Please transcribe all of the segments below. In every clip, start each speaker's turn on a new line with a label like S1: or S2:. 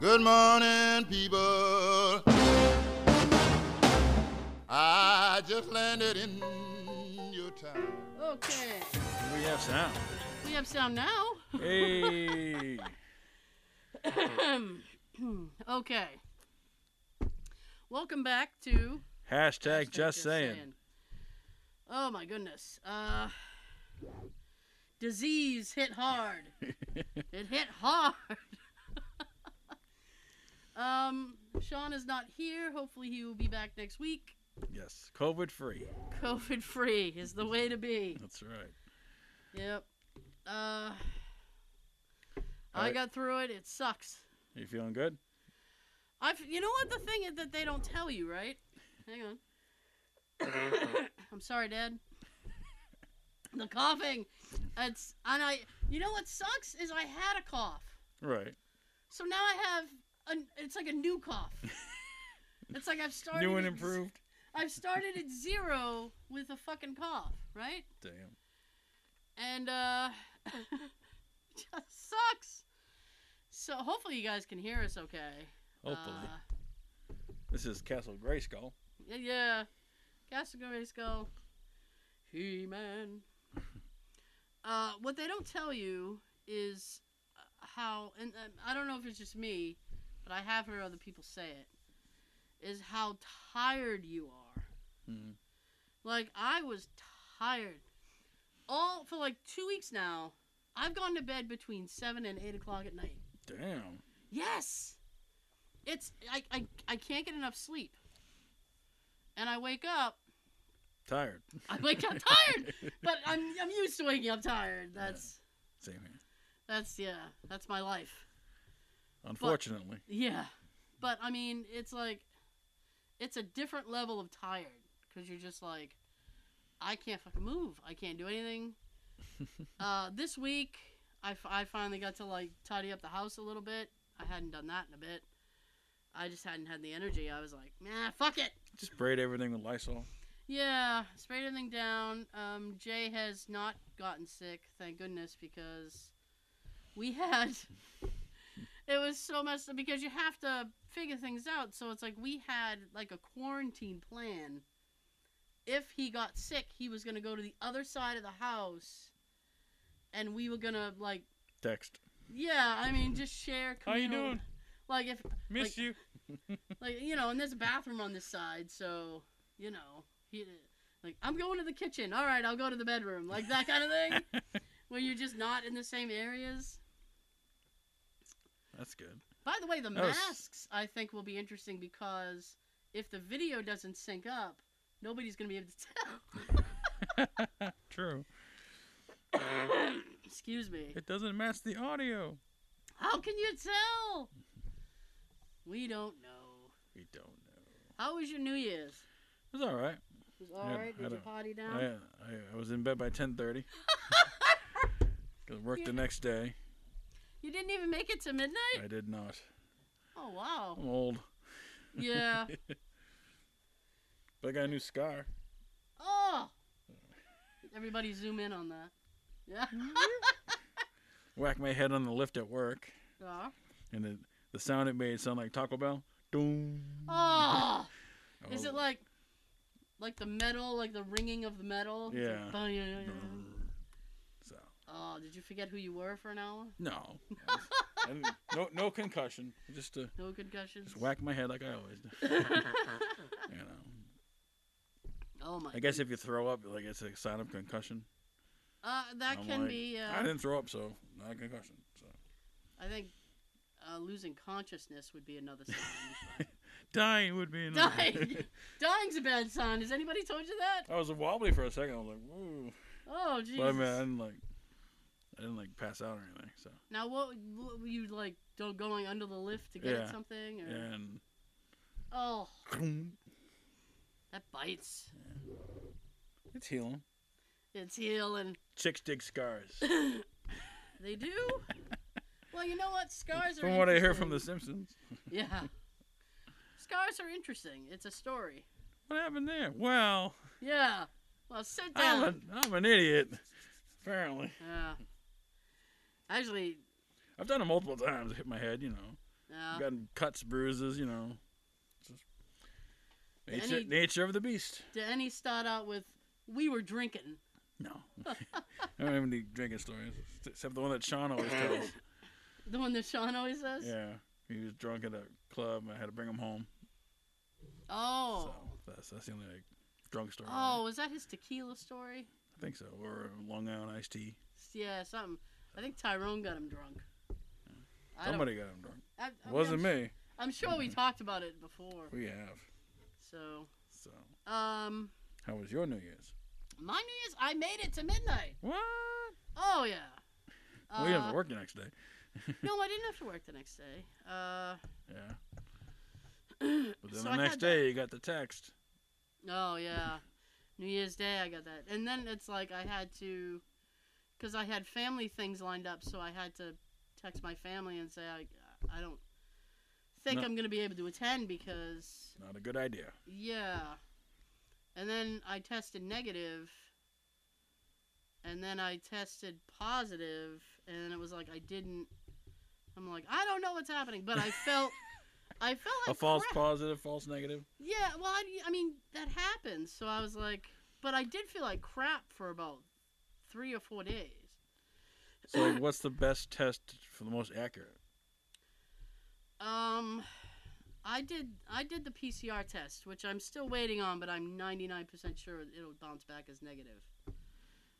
S1: morning, people. I just landed in your town.
S2: Okay.
S3: We have sound.
S2: We have sound now.
S3: Hey.
S2: okay. Welcome back to
S3: Hashtag
S2: Hashtag
S3: just, saying.
S2: Oh my goodness. Uh, disease hit hard. it hit hard. um, Sean is not here. Hopefully, he will be back next week.
S3: Yes. COVID free.
S2: COVID free is the way to be.
S3: That's right.
S2: Yep. Uh, I
S3: Alright.
S2: got through it. It sucks.
S3: You feeling good?
S2: I've, you know what the thing is that they don't tell you, right? Hang on. I'm sorry, Dad. The coughing. It's and I. You know what sucks is I had a cough,
S3: Right.
S2: so now I have. An, it's like a new cough. it's like I've started.
S3: New and
S2: at-
S3: improved.
S2: I've started at zero with a fucking cough, right?
S3: Damn.
S2: And uh, just sucks. So hopefully you guys can hear us okay.
S3: Hopefully.
S2: Uh,
S3: this is Castle Grayskull.
S2: Yeah, yeah. Castle Skull. He Man. Uh, what they don't tell you is uh, how, and uh, I don't know if it's just me, but I have heard other people say it, is how tired you are.
S3: Mhm.
S2: Like, I was tired. All for like two weeks now, I've gone to bed between 7 and 8 o'clock at night.
S3: Damn.
S2: Yes. It's I, I I can't get enough sleep. And I wake up.
S3: Tired.
S2: I wake up tired. But I'm I'm used to waking up tired. That's
S3: Same here.
S2: that's yeah, that's my life.
S3: Unfortunately.
S2: Yeah. But I mean, it's like it's a different level of tired cuz you're just like I can't fucking move. I can't do anything. uh this week I, f- I finally got to like tidy up the house a little bit. I hadn't done that in a bit. I just hadn't had the energy. I was like, "Nah, fuck it."
S3: Just sprayed everything with Lysol.
S2: Yeah, sprayed everything down. Um, Jay has not gotten sick, thank goodness, because we had. it was so much because you have to figure things out. So it's like we had like a quarantine plan. If he got sick, he was gonna go to the other side of the house, and we were gonna like,
S3: Text.
S2: yeah, I mean, just share.
S3: How you
S2: communal-
S3: doing?
S2: Like if Like-
S3: Miss you.
S2: like you know, and there's a bathroom on this side, so you know, he like I'm going to the kitchen. All right, I'll go to the bedroom, like that kind of thing, where you're just not in the same areas.
S3: That's good.
S2: By the way, the
S3: That was-
S2: masks I think will be interesting because if the video doesn't sync up, nobody's gonna be able to
S3: True.
S2: tell. Excuse me.
S3: It doesn't match the audio.
S2: How can you tell? We don't know.
S3: We don't know.
S2: How was your New Year's?
S3: It's all right.
S2: It was all
S3: Yeah,
S2: right.
S3: I
S2: Did you
S3: don't-
S2: potty down?
S3: I, I, I was in bed by 10:30. Cause work the next day.
S2: You didn't even make it to midnight.
S3: I did not.
S2: Oh wow.
S3: I'm old.
S2: Yeah.
S3: But I got a new scar.
S2: Oh! Everybody zoom in on that. Yeah.
S3: Whack my head on the lift at work,
S2: Aw.
S3: and the, the sound it made sounded like Taco Bell. Doom.
S2: Oh! Is it
S3: Oh.
S2: like like the metal, like the ringing of the metal? It's like, oh,
S3: Yeah.
S2: bang, bang, bang.
S3: So
S2: Oh, did you forget who you were for an hour?
S3: no, I didn't- no, no concussion. Just uh,
S2: No concussions.
S3: just whack my head like I always do. You know.
S2: oh my.
S3: I guess if you throw up, like it's a sign of concussion.
S2: Uh, that
S3: I'm
S2: can
S3: like,
S2: be.
S3: I
S2: Uh,
S3: didn't throw up, so not a concussion. So
S2: I think uh, losing consciousness would be another sign. but-
S3: dying would be enough.
S2: Dying. Dying's a bad sign. Has anybody told you that?
S3: I was wobbly for a second. I was like, woo.
S2: Oh, Jesus.
S3: But I mean, I didn't like, I didn't like pass out or anything. So
S2: Now, what, what were you like do- going under the lift to get
S3: Yeah.
S2: at something? Or?
S3: and
S2: Oh, that bites.
S3: it's healing.
S2: It's healing.
S3: Chicks dig scars.
S2: They do. well, you know what? Scars are.
S3: from what I hear from The
S2: interesting.
S3: Simpsons,
S2: Yeah. Scars are interesting. It's a story.
S3: what happened there? Well,
S2: Yeah. Well, sit
S3: I'm,
S2: down.
S3: a, I'm an idiot. Apparently,
S2: Yeah. Actually,
S3: I've done it multiple times. I hit my head, you know.
S2: Yeah.
S3: Gotten cuts, bruises, you know. Just nature,
S2: Any-
S3: nature of the beast.
S2: Did any start out with, we were drinking?
S3: No. I don't have any drinking stories, except the one that Sean always tells.
S2: The one that Sean always says?
S3: Yeah. He was drunk at a club. and I had to bring him home.
S2: Oh.
S3: So that's, that's the only like, drunk story. I
S2: Oh, was that his tequila story?
S3: think so. Or Long Island iced tea.
S2: Yeah, something. I think Tyrone got him drunk. I don't-
S3: Somebody got him drunk.
S2: I, I mean,
S3: Wasn't
S2: I'm,
S3: me.
S2: I'm sure
S3: Mm-hmm.
S2: we talked about it before.
S3: We have.
S2: So,
S3: So,
S2: um,
S3: how was your New Year's?
S2: my New Year's, I made it to midnight.
S3: What?
S2: Oh yeah.
S3: we Oh, have
S2: Uh,
S3: to work the next day.
S2: No, I didn't have to work the next day. Uh,
S3: Yeah. But then
S2: So
S3: the
S2: I
S3: next
S2: had
S3: day, you got the text.
S2: oh yeah, New Year's Day I got that, and then it's like I had to, cause I had family things lined up, so I had to text my family and say I, I don't think
S3: No.
S2: I'm gonna be able to attend because
S3: Not a good idea.
S2: yeah, and then I tested negative, and then I tested positive, and it was like I didn't. I'm like I don't know what's happening, but I felt. I felt
S3: A
S2: like
S3: false
S2: crap.
S3: positive, false negative.
S2: Yeah, well, I, I mean, that happens. So I was like, but I did feel like crap for about three or four days.
S3: So, like, what's the best test for the most accurate?
S2: Um, I did I did the PCR test, which I'm still waiting on, but I'm 99% sure it'll bounce back as negative.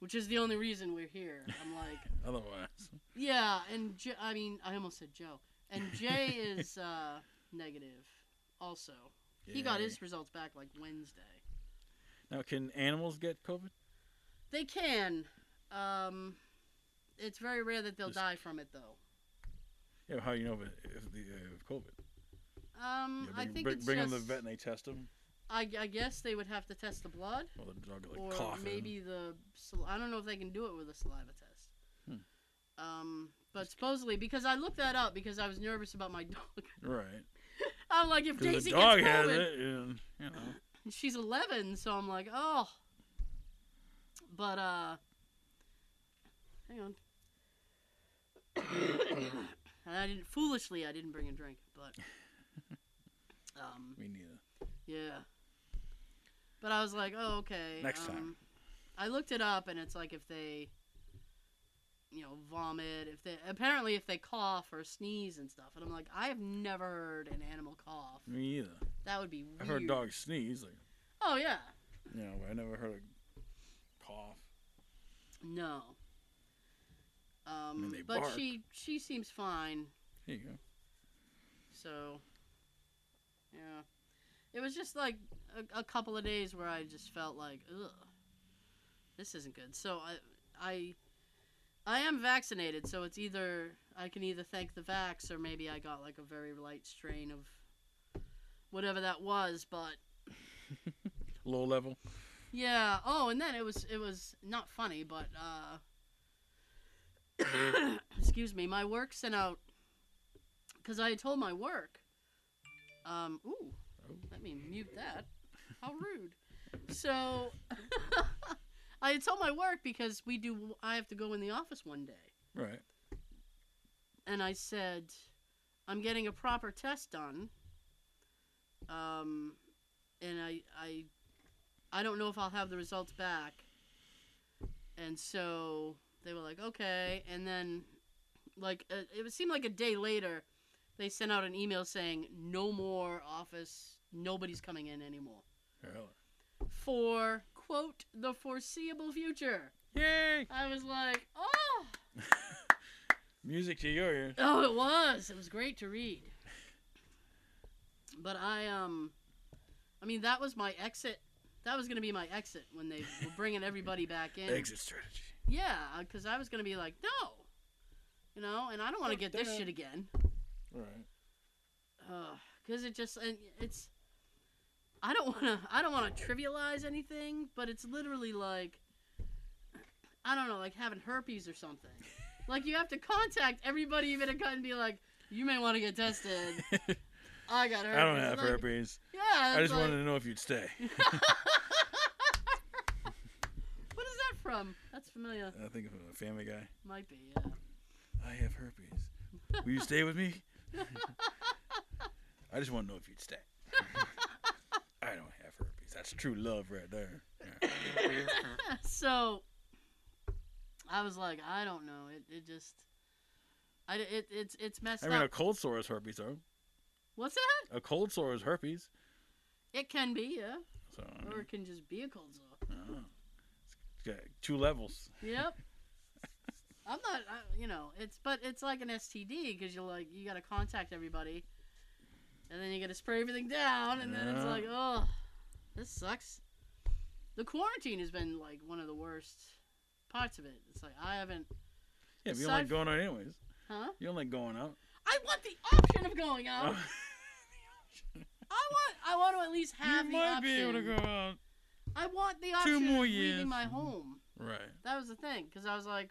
S2: Which is the only reason we're here. I'm like,
S3: Otherwise,
S2: yeah, and J- I mean, I almost said Joe, and Jay is uh, negative, also. He got
S3: Yay.
S2: his results back like Wednesday.
S3: Now, can animals get COVID?
S2: They can. Um, it's very rare that they'll
S3: Just-
S2: die from it, though.
S3: Yeah, how you know if, it- if the uh, if COVID?
S2: Um,
S3: Yeah,
S2: I
S3: bring
S2: think
S3: bring,
S2: it's
S3: bring
S2: just,
S3: them to the vet and they test them.
S2: I, I guess they would have to test the blood,
S3: Well, the dog like
S2: or
S3: coughing.
S2: maybe the. sal- I don't know if they can do it with a saliva test.
S3: Hmm.
S2: Um, but supposedly, because I looked that up because I was nervous about my dog.
S3: right?
S2: I'm like, if
S3: Because
S2: Daisy
S3: the dog
S2: gets
S3: has
S2: COVID,
S3: it, and you know,
S2: and she's 11 so i'm like oh but uh hang on and i didn't foolishly i didn't bring a drink but um
S3: me neither.
S2: yeah but i was like oh okay
S3: Next
S2: um,
S3: time.
S2: i looked it up and it's like if they you know vomit if they apparently if they cough or sneeze and stuff and i'm like i have never heard an animal cough
S3: Me neither.
S2: that would be weird
S3: I've heard dogs sneeze, like
S2: oh yeah
S3: you know, but I never heard a cough.
S2: No. Um,
S3: they
S2: but
S3: bark.
S2: she she seems fine.
S3: Here you go.
S2: So, yeah, it was just like a, a couple of days where I just felt like, ugh, this isn't good. So I I I am vaccinated, so it's either I can either thank the vax or maybe I got like a very light strain of whatever that was, but
S3: Low level.
S2: Yeah. Oh, and then it was it was not funny, but uh, excuse me. My work sent out because I had told my work. Um. Ooh.
S3: Oh.
S2: Let me mute that. How rude. So I had told my work because we do. I have to go in the office one day
S3: Right.
S2: and I said, "I'm getting a proper test done." Um, and I, I, I don't know if I'll have the results back. And so they were like, "Okay," and then, like, uh, it would seem like a day later, they sent out an email saying, "No more office. Nobody's coming in anymore
S3: Really.
S2: for quote the foreseeable future."
S3: Yay!
S2: I was like, "Oh."
S3: Music to your ear.
S2: Oh, it was. It was great to read. But I um, I mean that was my exit. That was gonna be my exit when they were bringing everybody back in.
S3: Exit strategy.
S2: Yeah, because I was gonna be like, no, you know, and I don't want to
S3: Fuck
S2: get this
S3: that.
S2: shit again.
S3: Right.
S2: Because it just and it's. I don't wanna. I don't wanna trivialize anything, but it's literally like. I don't know, like having herpes or something. like you have to contact everybody you've been in contact and be like, you may want to get tested. I got herpes.
S3: I don't have
S2: Like,
S3: herpes.
S2: Yeah,
S3: I
S2: it's
S3: just
S2: like,
S3: wanted to know if you'd stay.
S2: What is that from? That's familiar.
S3: I think of a Family Guy.
S2: Might be. Yeah.
S3: I have herpes. Will you stay with me? I just want to know if you'd stay. I don't have herpes. That's true love right there. Yeah.
S2: so I was like, I don't know. It, it just, I d- it, it's it's messed
S3: I mean, a
S2: up.
S3: cold sore is herpes, though.
S2: What's that?
S3: A cold sore is herpes.
S2: It can be, yeah,
S3: So, I
S2: or
S3: mean,
S2: it can just be a cold sore.
S3: oh. It's got two levels.
S2: Yep. I'm not, I, you know, it's but it's like an STD because you like you got to contact everybody, and then you got to spray everything down, and then it's
S3: Yeah.
S2: like, oh, this sucks. The quarantine has been like one of the worst parts of it. It's like I haven't,
S3: Yeah, but you
S2: Aside
S3: don't like
S2: f-
S3: going out anyways.
S2: huh?
S3: You don't like going out.
S2: I want the option of going out.
S3: Oh.
S2: I want, I want to at least have
S3: you
S2: the
S3: might
S2: option.
S3: be able to go out.
S2: I want the option
S3: more
S2: of
S3: years.
S2: leaving my home.
S3: Right.
S2: That was the thing, because I was like,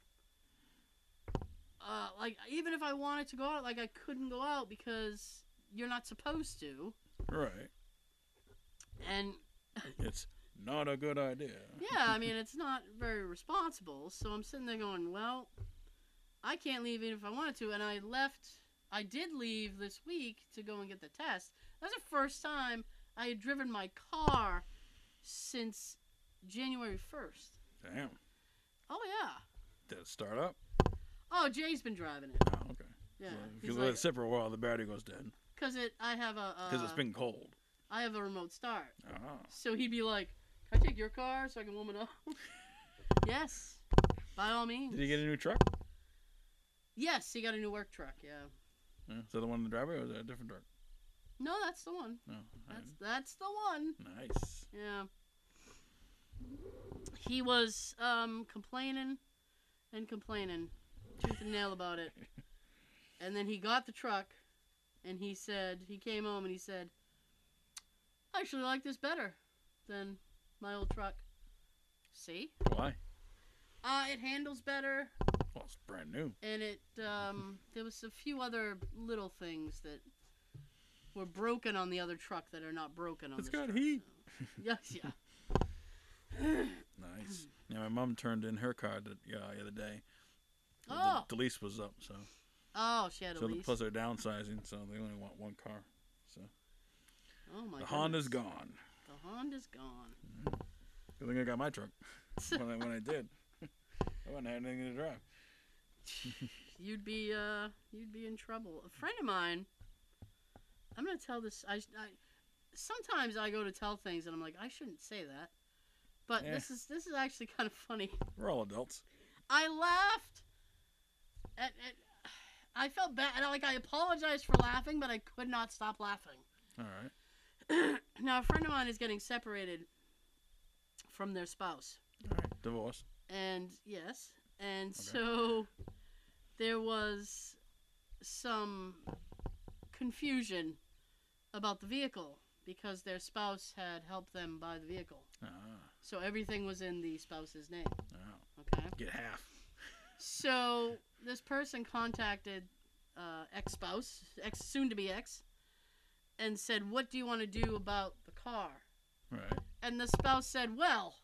S2: uh, like even if I wanted to go out, like I couldn't go out because you're not supposed to.
S3: Right.
S2: And
S3: It's not a good idea.
S2: yeah, I mean it's not very responsible. So I'm sitting there going, well, I can't leave even if I wanted to. And I left. I did leave this week to go and get the test. That's the first time I had driven my car since January 1st.
S3: Damn.
S2: Oh yeah.
S3: Did it start up?
S2: Oh, Jay's been driving it.
S3: Oh, okay.
S2: Yeah.
S3: Well, if you
S2: He's
S3: let
S2: like,
S3: it sit for a while, the battery goes dead
S2: Cause it, I have a.
S3: because it's
S2: uh,
S3: been cold.
S2: I have a remote start.
S3: Ah.
S2: So he'd be like, Can I take your car so I can warm it up? yes. By all means.
S3: Did he get a new truck?
S2: Yes, he got a new work truck, yeah.
S3: Yeah. Is that the one in the driveway or is that a different truck?
S2: No, that's the one.
S3: No. I
S2: That's that's the one.
S3: didn't. nice.
S2: Yeah. He was um complaining and complaining, tooth and nail about it. And then he got the truck and he said he came home and he said, I actually like this better than my old truck. See?
S3: Why?
S2: Uh, it handles better,
S3: Well, it's brand new.
S2: and it um, there was a few other little things that were broken on the other truck that are not broken on.
S3: It's
S2: Oh, this
S3: got
S2: truck,
S3: heat.
S2: so- Yes, yeah.
S3: Nice. Yeah, my mom turned in her car the, yeah, the other day. The-
S2: Oh,
S3: The lease was up, so.
S2: oh, she had a
S3: so the,
S2: lease.
S3: plus they're downsizing, so they only want one car. So
S2: oh my.
S3: the Honda's
S2: goodness.
S3: gone.
S2: The Honda's gone.
S3: I think I got my truck when I, when I did. I wouldn't have anything to drive.
S2: You'd be uh, you'd be in trouble. A friend of mine. I'm gonna tell this. I, I sometimes I go to tell things and I'm like I shouldn't say that, but
S3: Yeah.
S2: this is this is actually kind of funny.
S3: We're all adults.
S2: I laughed. At, at, I felt bad. and, Like I apologized for laughing, but I could not stop laughing.
S3: All right.
S2: now a friend of mine is getting separated from their spouse,
S3: All right. Divorce.
S2: and yes, and
S3: Okay.
S2: so there was some confusion about the vehicle because their spouse had helped them buy the vehicle.
S3: Ah,
S2: So everything was in the spouse's name.
S3: wow.
S2: Okay.
S3: Get half.
S2: So this person contacted uh, ex spouse, ex soon to be ex, and said, "What do you want to do about the car?"
S3: All right.
S2: And the spouse said, "Well,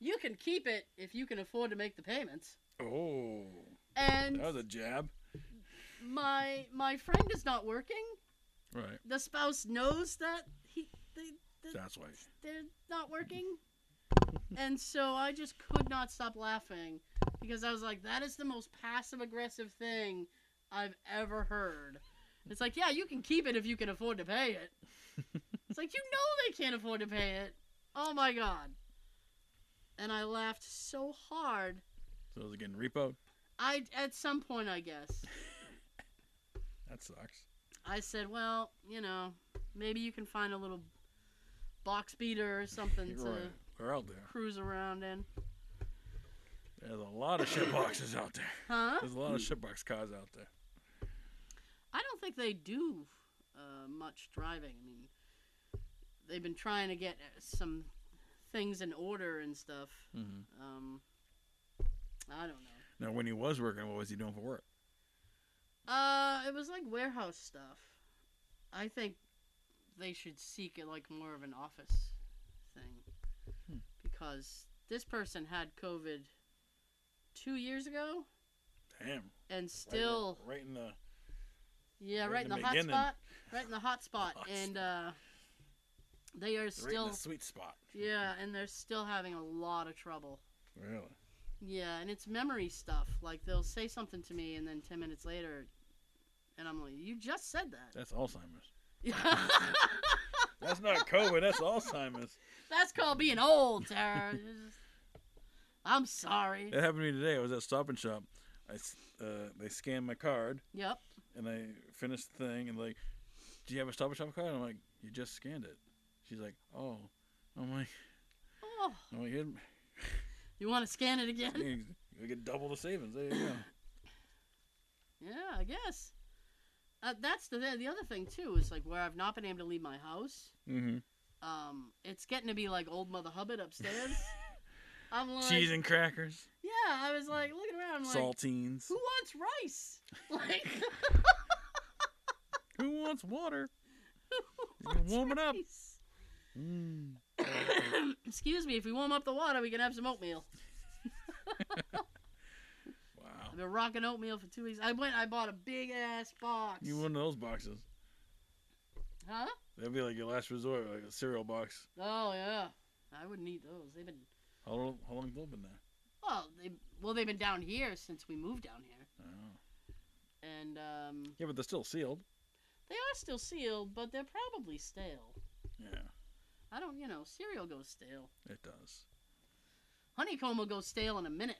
S2: you can keep it if you can afford to make the payments."
S3: Oh,
S2: And
S3: that was a jab.
S2: my my friend is not working.
S3: Right.
S2: The spouse knows that he they, they
S3: That's why.
S2: they're not working. And so I just could not stop laughing because I was like, that is the most passive aggressive thing I've ever heard. It's like, yeah, you can keep it if you can afford to pay it. It's like, you know they can't afford to pay it. Oh my God. And I laughed so hard.
S3: So was it getting repoed?
S2: I, at some point, I guess,
S3: That sucks.
S2: I said, well, you know, maybe you can find a little box beater or something to
S3: Right. We're out there.
S2: cruise around in.
S3: There's a lot of shit boxes out there.
S2: Huh?
S3: There's a lot of shit box cars out there.
S2: I don't think they do uh, much driving. I mean, they've been trying to get uh, some things in order and stuff.
S3: Mm-hmm.
S2: Um, I don't know.
S3: Now, when he was working, what was he doing for work?
S2: Uh, it was like warehouse stuff. I think they should seek it like more of an office thing
S3: Hmm.
S2: because this person had COVID two years ago
S3: Damn.
S2: and still
S3: Right, in- right in the
S2: Yeah,
S3: Right
S2: right
S3: in
S2: in the
S3: the
S2: hot
S3: beginning.
S2: spot. Right in the hot spot.
S3: Hot
S2: and uh, they are
S3: Right in
S2: still
S3: the sweet spot.
S2: yeah, and they're still having a lot of trouble.
S3: Really?
S2: Yeah, and it's memory stuff. Like they'll say something to me, and then ten minutes later, and I'm like, "You just said that."
S3: That's Alzheimer's.
S2: Yeah,
S3: That's not COVID. That's Alzheimer's.
S2: that's called being old, Tara. It's just- I'm sorry.
S3: It happened to me today. I was at Stop and Shop. I s- uh, they scanned my card
S2: Yep.
S3: and I finished the thing and like, do you have a Stop and Shop card? I'm like, you just scanned it. She's like, oh. I'm like,
S2: Oh,
S3: I'm like, here,
S2: you want to scan it again?
S3: you get double the savings. There you go.
S2: Yeah, I guess. Uh, that's the the other thing too is like where I've not been able to leave my house.
S3: Mm-hmm.
S2: Um, it's getting to be like old Mother Hubbard upstairs. I'm like,
S3: Cheese and crackers,
S2: yeah. I was like looking around. I'm like,
S3: saltines.
S2: who wants rice? Like,
S3: Who wants water?
S2: who
S3: You can
S2: wants
S3: warm it up.
S2: rice?
S3: Mm.
S2: Excuse me, if we warm up the water, we can have some oatmeal.
S3: Wow.
S2: I've been rocking oatmeal for two weeks. I went, I bought a big ass box.
S3: You one of those boxes.
S2: Huh?
S3: That'd be like your last resort, like a cereal box.
S2: Oh yeah. I wouldn't eat those. They've been
S3: How long, how long have they been there?
S2: well, they well they've been down here since we moved down here,
S3: Oh.
S2: and um,
S3: Yeah, but they're still sealed.
S2: they are still sealed, but they're probably stale.
S3: Yeah,
S2: I don't, you know, cereal goes stale.
S3: it does.
S2: Honeycomb will go stale in a minute.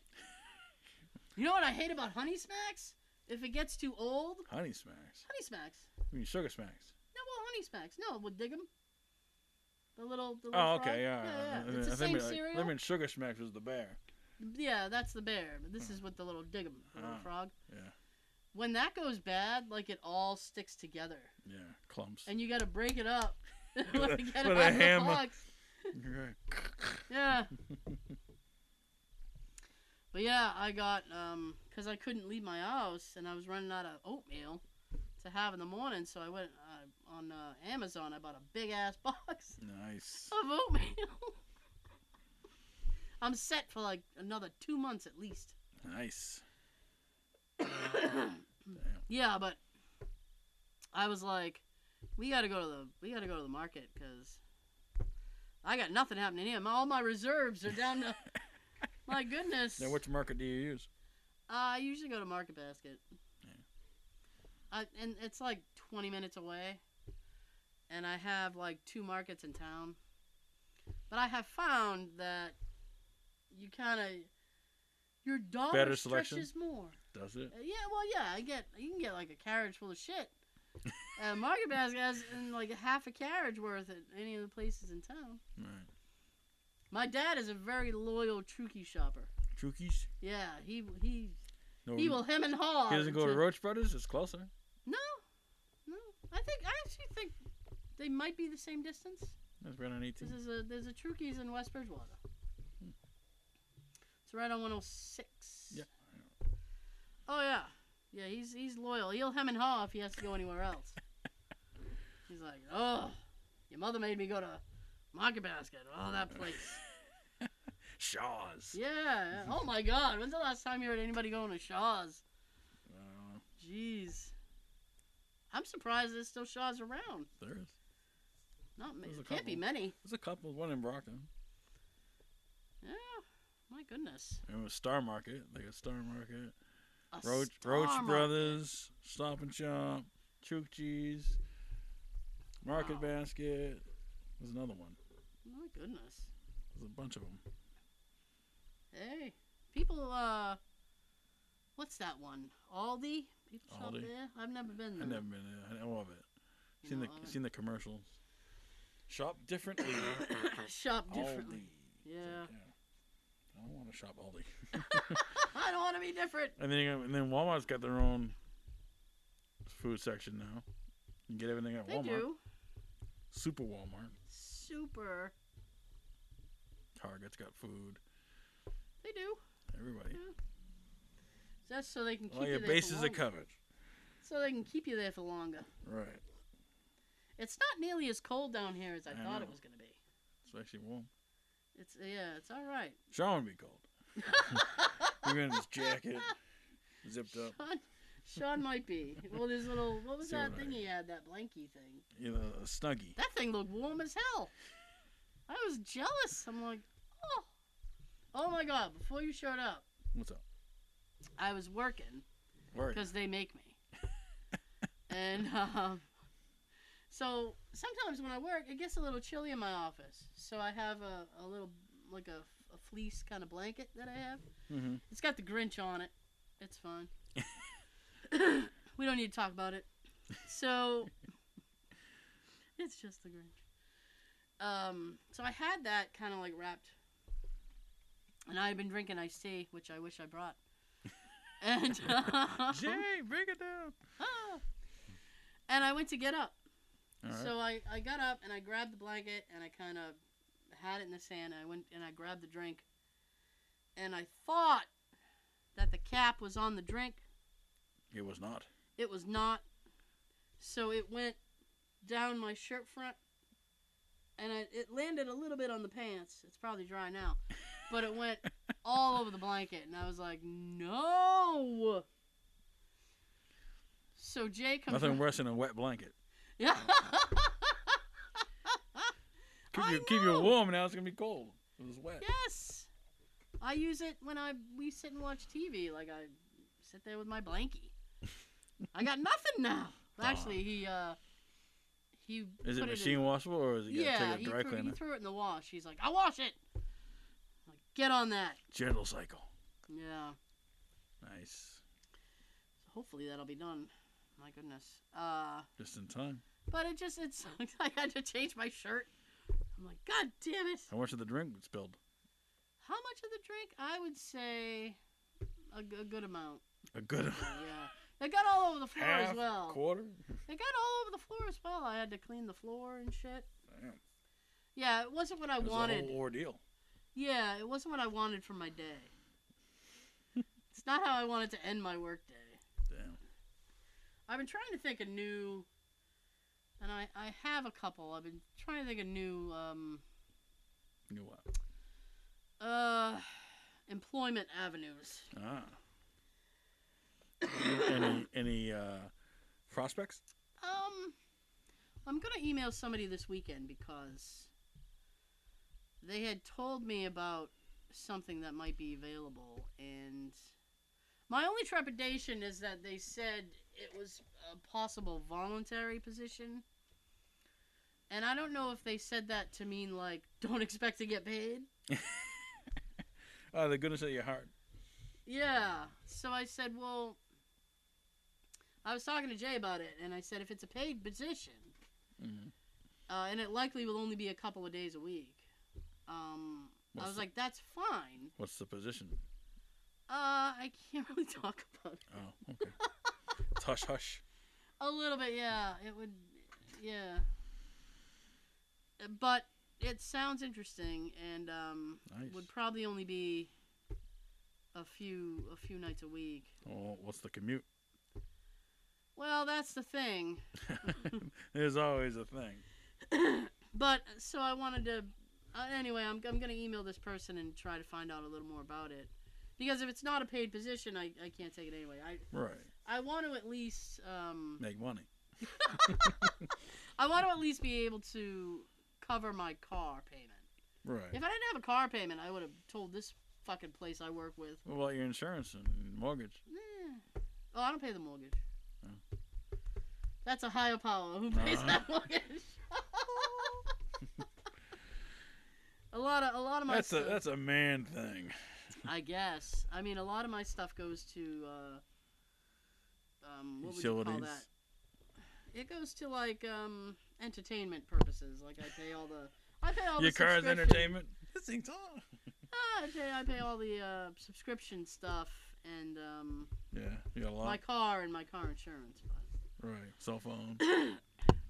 S2: you know what I hate about Honey Smacks? If it gets too old,
S3: Honey smacks.
S2: Honey Smacks.
S3: I mean, sugar smacks.
S2: No, well, honey smacks. No, we'll dig them. The little, the little.
S3: Oh,
S2: frog.
S3: okay,
S2: yeah,
S3: yeah. I
S2: yeah. It's
S3: mean,
S2: the
S3: I
S2: same
S3: mean, like,
S2: cereal.
S3: I mean, sugar smacks was the bear.
S2: Yeah, that's the bear. But this is with the little dig 'em, the little
S3: Ah,
S2: frog.
S3: Hmm. yeah.
S2: When that goes bad, like it all sticks together,
S3: Yeah, clumps.
S2: and you got to break it up. when
S3: With
S2: you
S3: a-
S2: get it
S3: with
S2: out
S3: a
S2: of the
S3: hammer.
S2: box.
S3: Right.
S2: Yeah. but yeah, I got um, cause I couldn't leave my house, and I was running out of oatmeal to have in the morning, so I went uh, on uh, Amazon. I bought a big ass box.
S3: nice.
S2: of oatmeal. I'm set for like another two months at least.
S3: Nice.
S2: yeah, but I was like, we gotta go to the we gotta go to the market because I got nothing happening here. My, all my reserves are down to my goodness.
S3: Now, which market do you use?
S2: Uh, I usually go to Market Basket.
S3: Yeah.
S2: I, and it's like 20 minutes away. And I have like two markets in town. But I have found that you kind of. Your dollar
S3: Better selection?
S2: stretches more.
S3: Does it?
S2: Uh, Yeah, well, yeah, I get. You can get like a carriage full of shit. uh, market Basket has in like half a carriage worth at any of the places in town.
S3: Right.
S2: My dad is a very loyal Truckee shopper.
S3: Chookies?
S2: Yeah, he he
S3: No.
S2: he will hem and haw.
S3: Oh, he doesn't go to
S2: into-
S3: Roach Brothers. It's closer.
S2: No, no. I think I actually think they might be the same distance.
S3: That's right on 18.
S2: This is a there's a Trukees in West Bridgewater. It's right on 106.
S3: Yeah.
S2: Oh yeah, yeah. He's he's loyal. He'll hem and haw if he has to go anywhere else. he's like, oh, your mother made me go to Market Basket. Oh, that place.
S3: Shaws.
S2: yeah. yeah. Oh my God. When's the last time you heard anybody going to Shaw's?
S3: I don't know.
S2: Jeez. I'm surprised there's still Shaw's around.
S3: There is.
S2: Not ma-
S3: There's a
S2: it can't be
S3: couple.
S2: many.
S3: There's a couple. One in Brockton.
S2: Yeah. My goodness.
S3: And it was Star Market. They got Star Market.
S2: A
S3: Roach,
S2: Star
S3: Roach
S2: Market.
S3: Brothers, Stop and Shop, Chook Cheese, Market
S2: Wow.
S3: Basket. There's another one.
S2: My goodness.
S3: There's a bunch of them.
S2: Hey. People uh what's that one? Aldi? People shop
S3: Aldi.
S2: there? I've never been there.
S3: I've never been there. I love it.
S2: you
S3: Seen the
S2: know, uh,
S3: seen the commercials. Shop differently.
S2: shop
S3: Aldi.
S2: differently. Yeah.
S3: It's like, I don't want to shop Aldi.
S2: I don't want to be different.
S3: And then you got- and then Walmart's got their own food section now. You can get everything at
S2: They
S3: Walmart.
S2: do.
S3: Super Walmart.
S2: Super.
S3: Target's got food.
S2: They do.
S3: Everybody.
S2: Yeah. That's so they can keep
S3: All
S2: you
S3: your
S2: there
S3: bases
S2: for
S3: are
S2: longer.
S3: covered.
S2: So they can keep you there for longer.
S3: Right.
S2: It's not nearly as cold down here as I,
S3: I
S2: thought it
S3: know.
S2: was gonna be.
S3: It's actually warm.
S2: It's yeah, it's all right.
S3: Sean would be cold. Even in his jacket, zipped up.
S2: Sean, Sean might be. Well, his little what was
S3: See
S2: that
S3: what
S2: thing
S3: I-
S2: he had? That blankie thing.
S3: You know, a snuggie.
S2: That thing looked warm as hell. I was jealous. I'm like, oh, oh my god! Before you showed up,
S3: What's up?
S2: I was working
S3: Word.
S2: because they make me. and um, so sometimes when I work, it gets a little chilly in my office. So I have a, a little like a, a fleece kind of blanket that I have.
S3: hmm
S2: It's got the Grinch on it. It's fine. we don't need to talk about it. So it's just the Grinch. Um, so I had that kind of like wrapped, and I had been drinking iced tea, which I wish I brought. And um,
S3: Jay, bring it down.
S2: ah. and I went to get up.
S3: All right.
S2: So I, I got up and I grabbed the blanket and I kind of had it in the sand. And I went and I grabbed the drink, and I thought that the cap was on the drink.
S3: it was not.
S2: It was not. So it went down my shirt front, and I, it landed a little bit on the pants. It's probably dry now, but it went all over the blanket, and I was like, no. So Jay comes.
S3: Nothing worse than a wet blanket.
S2: Yeah.
S3: Keep
S2: I
S3: you, keep you
S2: know.
S3: warm. Now it's gonna be cold. It was wet.
S2: Yes. I use it when I we sit and watch TV. Like I sit there with my blankie. I got nothing now. Actually, he uh he
S3: Is it
S2: put
S3: machine
S2: in,
S3: washable or is it gonna
S2: Yeah,
S3: take
S2: he
S3: a dry
S2: threw, he
S3: cleaner?
S2: threw it in the wash. He's like, "I'll wash it." I'm like, get on that.
S3: Gentle cycle.
S2: Yeah.
S3: Nice.
S2: So hopefully that'll be done. My goodness. Uh
S3: Just in time.
S2: but it just it sucks. I had to change my shirt. I'm like, "God damn it."
S3: How much of the drink was spilled?
S2: How much of the drink? I would say a, g- a good amount.
S3: A good
S2: Yeah. They got all over the floor
S3: half
S2: as well.
S3: quarter.
S2: They got all over the floor as well. I had to clean the floor and shit.
S3: Damn.
S2: Yeah, it wasn't what I
S3: It was
S2: wanted.
S3: a whole ordeal.
S2: Yeah, it wasn't what I wanted for my day. it's not how I wanted to end my work day.
S3: Damn.
S2: I've been trying to think of new, and I, I have a couple. I've been trying to think of new um
S3: You what?
S2: uh employment avenues.
S3: Ah. any any uh, prospects?
S2: Um, I'm gonna email somebody this weekend because they had told me about something that might be available, and my only trepidation is that they said it was a possible voluntary position. And I don't know if they said that to mean like don't expect to get paid.
S3: Oh, the goodness of your heart.
S2: Yeah. So I said, well, I was talking to Jay about it, and I said if it's a paid position,
S3: Mhm.
S2: uh, and it likely will only be a couple of days a week. Um, I
S3: What's
S2: was
S3: the-
S2: like, that's fine.
S3: What's the position?
S2: Uh, I can't really talk about it.
S3: Oh, okay. It's hush hush.
S2: A little bit, yeah. It would, yeah. But it sounds interesting, and um,
S3: Nice.
S2: would probably only be a few a few nights a week.
S3: Oh, what's the commute?
S2: Well, that's the thing.
S3: There's always a thing.
S2: But so I wanted to. Uh, anyway, I'm, I'm going to email this person and try to find out a little more about it. Because if it's not a paid position, I, I can't take it anyway. I,
S3: Right.
S2: I want to at least um,
S3: Make money.
S2: I want to at least be able to cover my car payment.
S3: Right.
S2: If I didn't have a car payment, I would have told this fucking place I work with.
S3: What about your insurance and mortgage?
S2: Eh. Oh, I don't pay the mortgage.
S3: Oh.
S2: That's a higher power who pays
S3: Ah.
S2: that mortgage. a lot of a lot of my
S3: That's a
S2: stuff-
S3: that's a man thing.
S2: I guess. I mean, a lot of my stuff goes to uh, um, what would you call
S3: Utilities.
S2: that? It goes to like um, entertainment purposes. Like I pay all the I pay all Oh,
S3: Your
S2: the
S3: car's
S2: subscription-
S3: entertainment. This thing's on.
S2: Ah, I pay, I pay all the uh, subscription stuff and um,
S3: Yeah, you got a lot.
S2: my car and my car insurance. But
S3: Right. Cell phone.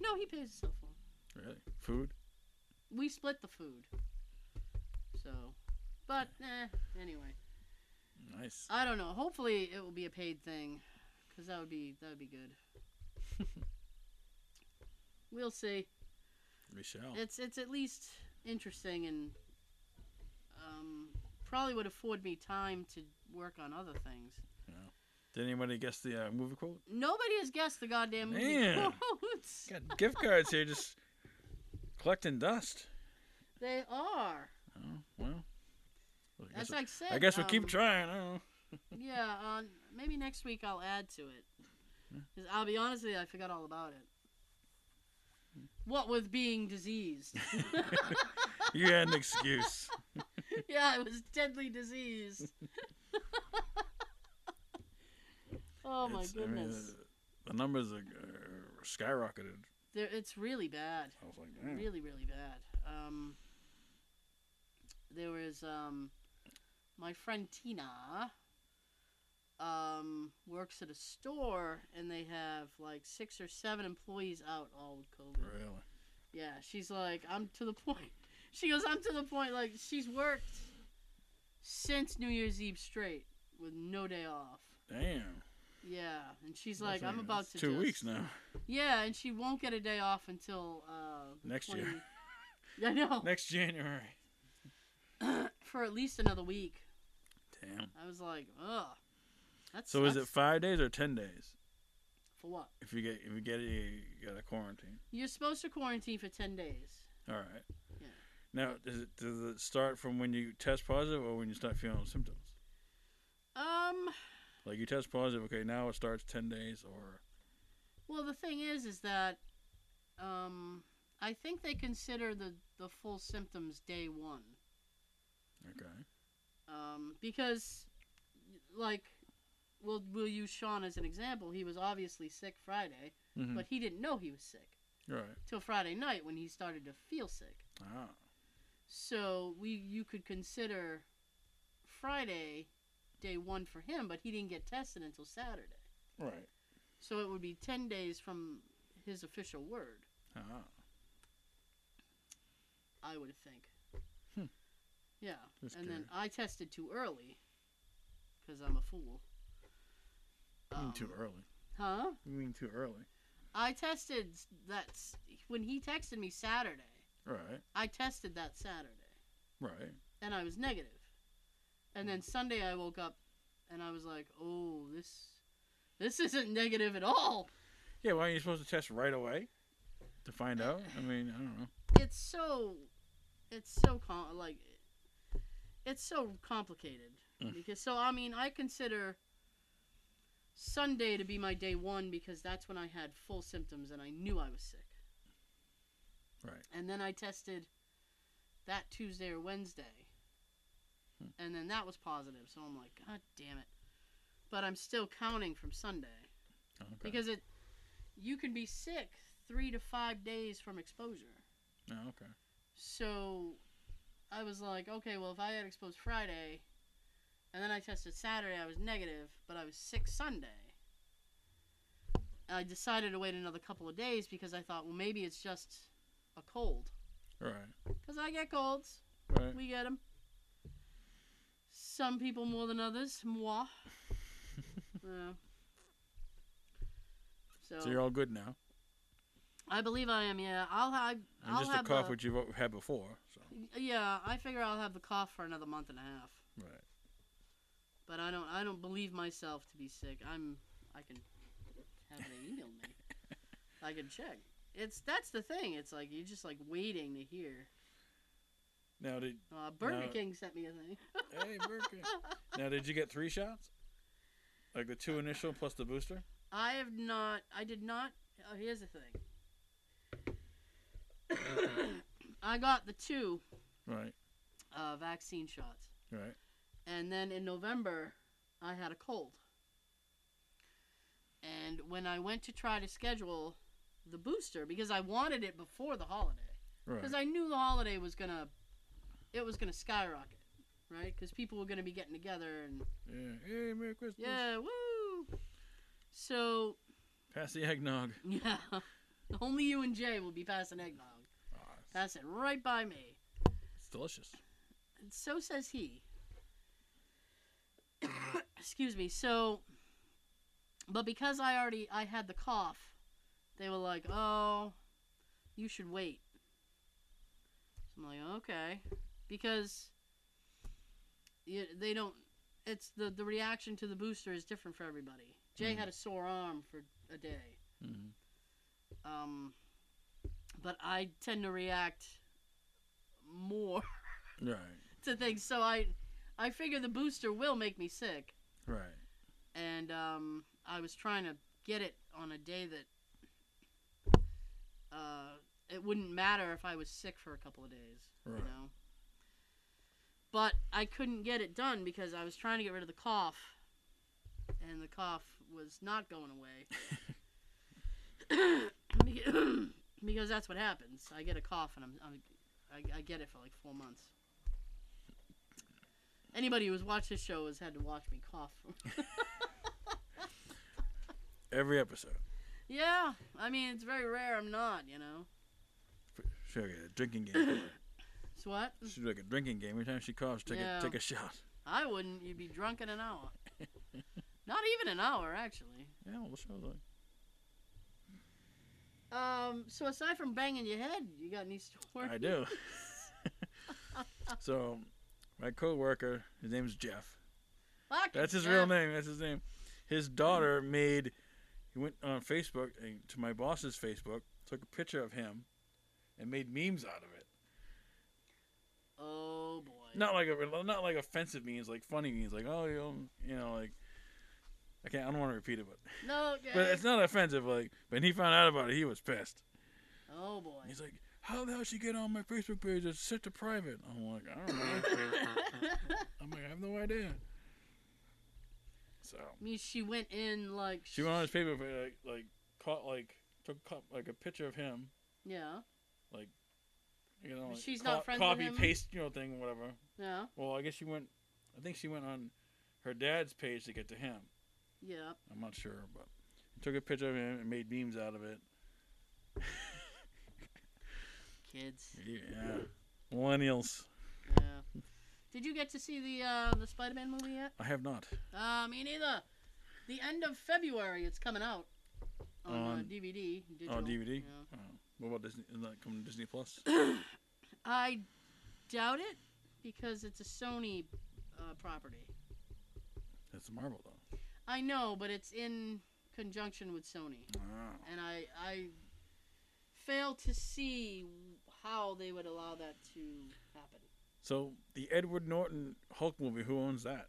S2: no, he pays his cell phone.
S3: really? Food?
S2: We split the food. So, but eh, anyway,
S3: Nice.
S2: I don't know. Hopefully, it will be a paid thing, because that would be that would be good. we'll see.
S3: We shall.
S2: It's it's at least interesting and um, probably would afford me time to work on other things.
S3: Did anybody guess the uh, movie quote?
S2: Nobody has guessed the goddamn movie
S3: Man.
S2: quotes.
S3: Got gift cards here, just collecting dust.
S2: They are.
S3: Oh, well. I guess,
S2: As
S3: we-
S2: I said.
S3: I guess we'll keep
S2: um,
S3: trying. I don't know.
S2: Yeah, on maybe next week I'll add to it. 'Cause I'll be honest with you, I forgot all about it. What with being diseased.
S3: You had an excuse.
S2: yeah, it was deadly disease. oh my
S3: It's- uh, I mean,
S2: goodness.
S3: the, the numbers are, are skyrocketed.
S2: There, it's really bad.
S3: I was like, damn.
S2: Really, really bad. Um, there was um, my friend Tina um, works at a store, and they have like six or seven employees out all with COVID.
S3: Really?
S2: Yeah, she's like, I'm to the point. She goes, I'm to the point. Like, she's worked since New Year's Eve straight with no day off.
S3: Damn.
S2: Yeah, and she's
S3: I was
S2: like, I'm
S3: thinking,
S2: about
S3: that's
S2: to
S3: Two
S2: just-
S3: weeks now.
S2: Yeah, and she won't get a day off until uh, the
S3: Next year.
S2: 20 Yeah, I know.
S3: Next January.
S2: For at least another week.
S3: Damn.
S2: I was like, ugh. That's
S3: So is it five days or ten days?
S2: for what?
S3: If you get if you get a you got a quarantine.
S2: You're supposed to quarantine for ten days.
S3: All right.
S2: Yeah.
S3: Now does it does it start from when you test positive or when you start feeling symptoms?
S2: Um.
S3: Like you test positive, okay, now it starts ten days or
S2: Well, the thing is, is that um, I think they consider the the full symptoms day one.
S3: okay.
S2: um, because like we'll we'll use Sean as an example. He was obviously sick Friday,
S3: Mm-hmm.
S2: but he didn't know he was sick
S3: right.
S2: till Friday night when he started to feel sick.
S3: Ah.
S2: So we you could consider Friday day one for him, but he didn't get tested until Saturday.
S3: Right.
S2: So it would be ten days from his official word,
S3: Ah.
S2: I would think.
S3: Hmm.
S2: Yeah,
S3: That's
S2: and then
S3: good.
S2: I tested too early because I'm a fool.
S3: You mean Mm, too
S2: Um,
S3: early.
S2: Huh?
S3: You mean too early.
S2: I tested s- that s- when he texted me Saturday.
S3: Right.
S2: I tested that Saturday
S3: Right.
S2: and I was negative. And then Sunday I woke up and I was like, "Oh, this this isn't negative at all."
S3: Yeah, why are you supposed to test right away? To find out? I mean, I don't know.
S2: It's so it's so com- like it's so complicated
S3: Mm.
S2: because so I mean, I consider Sunday to be my day 1 because that's when I had full symptoms and I knew I was sick.
S3: Right.
S2: and then I tested that Tuesday or Wednesday,
S3: Hmm.
S2: and then that was positive. So I'm like, God damn it! But I'm still counting from Sunday
S3: Okay.
S2: because it you can be sick three to five days from exposure.
S3: oh, okay.
S2: So I was like, okay, well if I had exposed Friday, and then I tested Saturday, I was negative, but I was sick Sunday. I decided to wait another couple of days because I thought, well, maybe it's just a cold.
S3: Right.
S2: Because I get colds.
S3: Right.
S2: We get them. Some people more than others. Moi. yeah. So,
S3: So you're all good now.
S2: I believe I am, yeah. I'll have.
S3: And
S2: I'll
S3: just
S2: have
S3: a cough,
S2: the-
S3: which you've had before. So.
S2: Yeah, I figure I'll have the cough for another month and a half.
S3: Right.
S2: But I don't. I don't believe myself to be sick. I'm. I can have they email me. I can check. It's that's the thing. It's like you're just like waiting to hear.
S3: Now did
S2: Uh, Burger
S3: No.
S2: King sent me a thing.
S3: hey Burger. now did you get three shots? Like the two initial plus the booster?
S2: I have not. I did not. Oh, here's the thing. I got the two
S3: Right.
S2: uh, vaccine shots,
S3: Right.
S2: and then in November, I had a cold. And when I went to try to schedule the booster, because I wanted it before the holiday,
S3: Right.
S2: because I knew the holiday was gonna, it was gonna skyrocket, right? Because people were gonna be getting together and
S3: yeah. Hey, Merry Christmas.
S2: yeah, woo. So
S3: Pass the eggnog.
S2: Yeah. Only you and Jay will be passing eggnog.
S3: Ah, it's-
S2: Pass it right by me.
S3: it's delicious.
S2: And so says he. Excuse me. So, but because I already I had the cough, they were like, "Oh, you should wait." So I'm like, "Okay," because you, they don't. it's the the reaction to the booster is different for everybody. Jay had a sore arm for a day.
S3: Mhm.
S2: Um, but I tend to react more
S3: Right.
S2: to things, so I I figure the booster will make me sick,
S3: Right.
S2: and um, I was trying to get it on a day that uh, it wouldn't matter if I was sick for a couple of days,
S3: Right.
S2: you know. But I couldn't get it done because I was trying to get rid of the cough, and the cough was not going away. Beca- because that's what happens. I get a cough and I'm, I'm I, I get it for like four months. Anybody who's watched this show has had to watch me cough.
S3: Every episode.
S2: yeah, I mean it's very rare. I'm not, you know.
S3: F- She's like a drinking game. for her.
S2: It's what?
S3: She's like a drinking game. Every time she coughs, take
S2: Yeah.
S3: a take a shot.
S2: I wouldn't. You'd be drunk in an hour. Not even an hour, actually.
S3: Yeah, well, the show's like.
S2: Um. So aside from banging your head, you got any stories?
S3: I do. so, my coworker, his name's Jeff.
S2: Fuck
S3: That's his
S2: yeah.
S3: real name. That's his name. His daughter made. He went on Facebook and to my boss's Facebook, took a picture of him, and made memes out of it.
S2: Oh boy.
S3: Not like a, not like offensive memes, like funny memes, like oh you know, you know like. I can't. I don't want to repeat it, but
S2: No. Okay.
S3: but it's not offensive. Like when he found out about it, he was pissed.
S2: Oh boy.
S3: He's like, "How the hell she get on my Facebook page? It's set to private." I'm like, "I don't know." I'm like, "I have no idea." So
S2: I mean, she went in like.
S3: She went on his paper, but like, like caught like took cop, like a picture of him,
S2: Yeah.
S3: you know, like,
S2: She's not friends with
S3: copy
S2: him?
S3: paste, you know, thing, whatever.
S2: Yeah.
S3: Well, I guess she went. I think she went on her dad's page to get to him.
S2: Yeah.
S3: I'm not sure, but took a picture of him and made memes out of it.
S2: Kids.
S3: Yeah, millennials.
S2: Yeah. Did you get to see the uh, the Spider-Man movie yet?
S3: I have not.
S2: Uh, me neither. The end of February, it's coming out on, uh,
S3: On-
S2: DVD. Digital.
S3: Oh, DVD.
S2: yeah.
S3: Oh. What about Disney? Isn't that coming to Disney Plus?
S2: I doubt it because it's a Sony uh, property.
S3: That's Marvel though.
S2: I know, but it's in conjunction with Sony,
S3: Wow.
S2: and I I fail to see how they would allow that to happen.
S3: So the Edward Norton Hulk movie. Who owns that?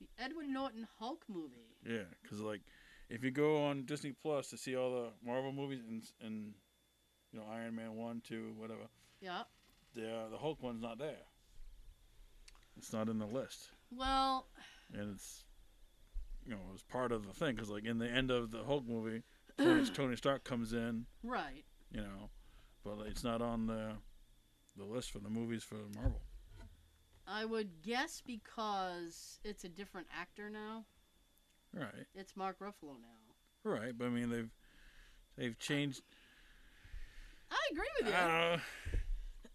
S2: The Edward Norton Hulk movie.
S3: Yeah, because like, if you go on Disney Plus to see all the Marvel movies and and you know Iron Man one, two, whatever,
S2: Yeah.
S3: the uh, the Hulk one's not there. It's not in the list,
S2: Well,
S3: and it's you know it was part of the thing because like in the end of the Hulk movie, Tony, Tony Stark comes in,
S2: right.
S3: you know, but it's not on the the list for the movies for Marvel.
S2: I would guess because it's a different actor now.
S3: Right,
S2: It's Mark Ruffalo now.
S3: right, but I mean they've they've changed.
S2: I agree
S3: I
S2: with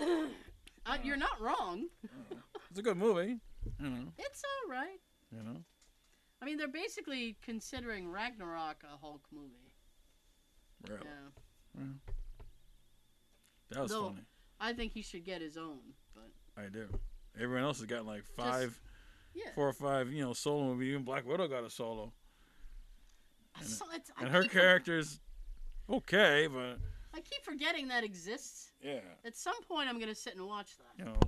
S2: you.
S3: don't know.
S2: Uh, you're not wrong.
S3: It's a good movie. You know,
S2: It's all right.
S3: you know.
S2: I mean, they're basically considering Ragnarok a Hulk movie.
S3: Really.
S2: Yeah.
S3: That was
S2: No.
S3: funny.
S2: I think he should get his own, but
S3: I do. Everyone else has gotten like five,
S2: yeah.
S3: four or five, you know, solo movie. Even Black Widow got a solo,
S2: I
S3: and-
S2: so it's, I
S3: and her
S2: keep for-
S3: character's okay, but
S2: I keep forgetting that exists.
S3: yeah,
S2: At some point, I'm gonna sit and watch that.
S3: you know,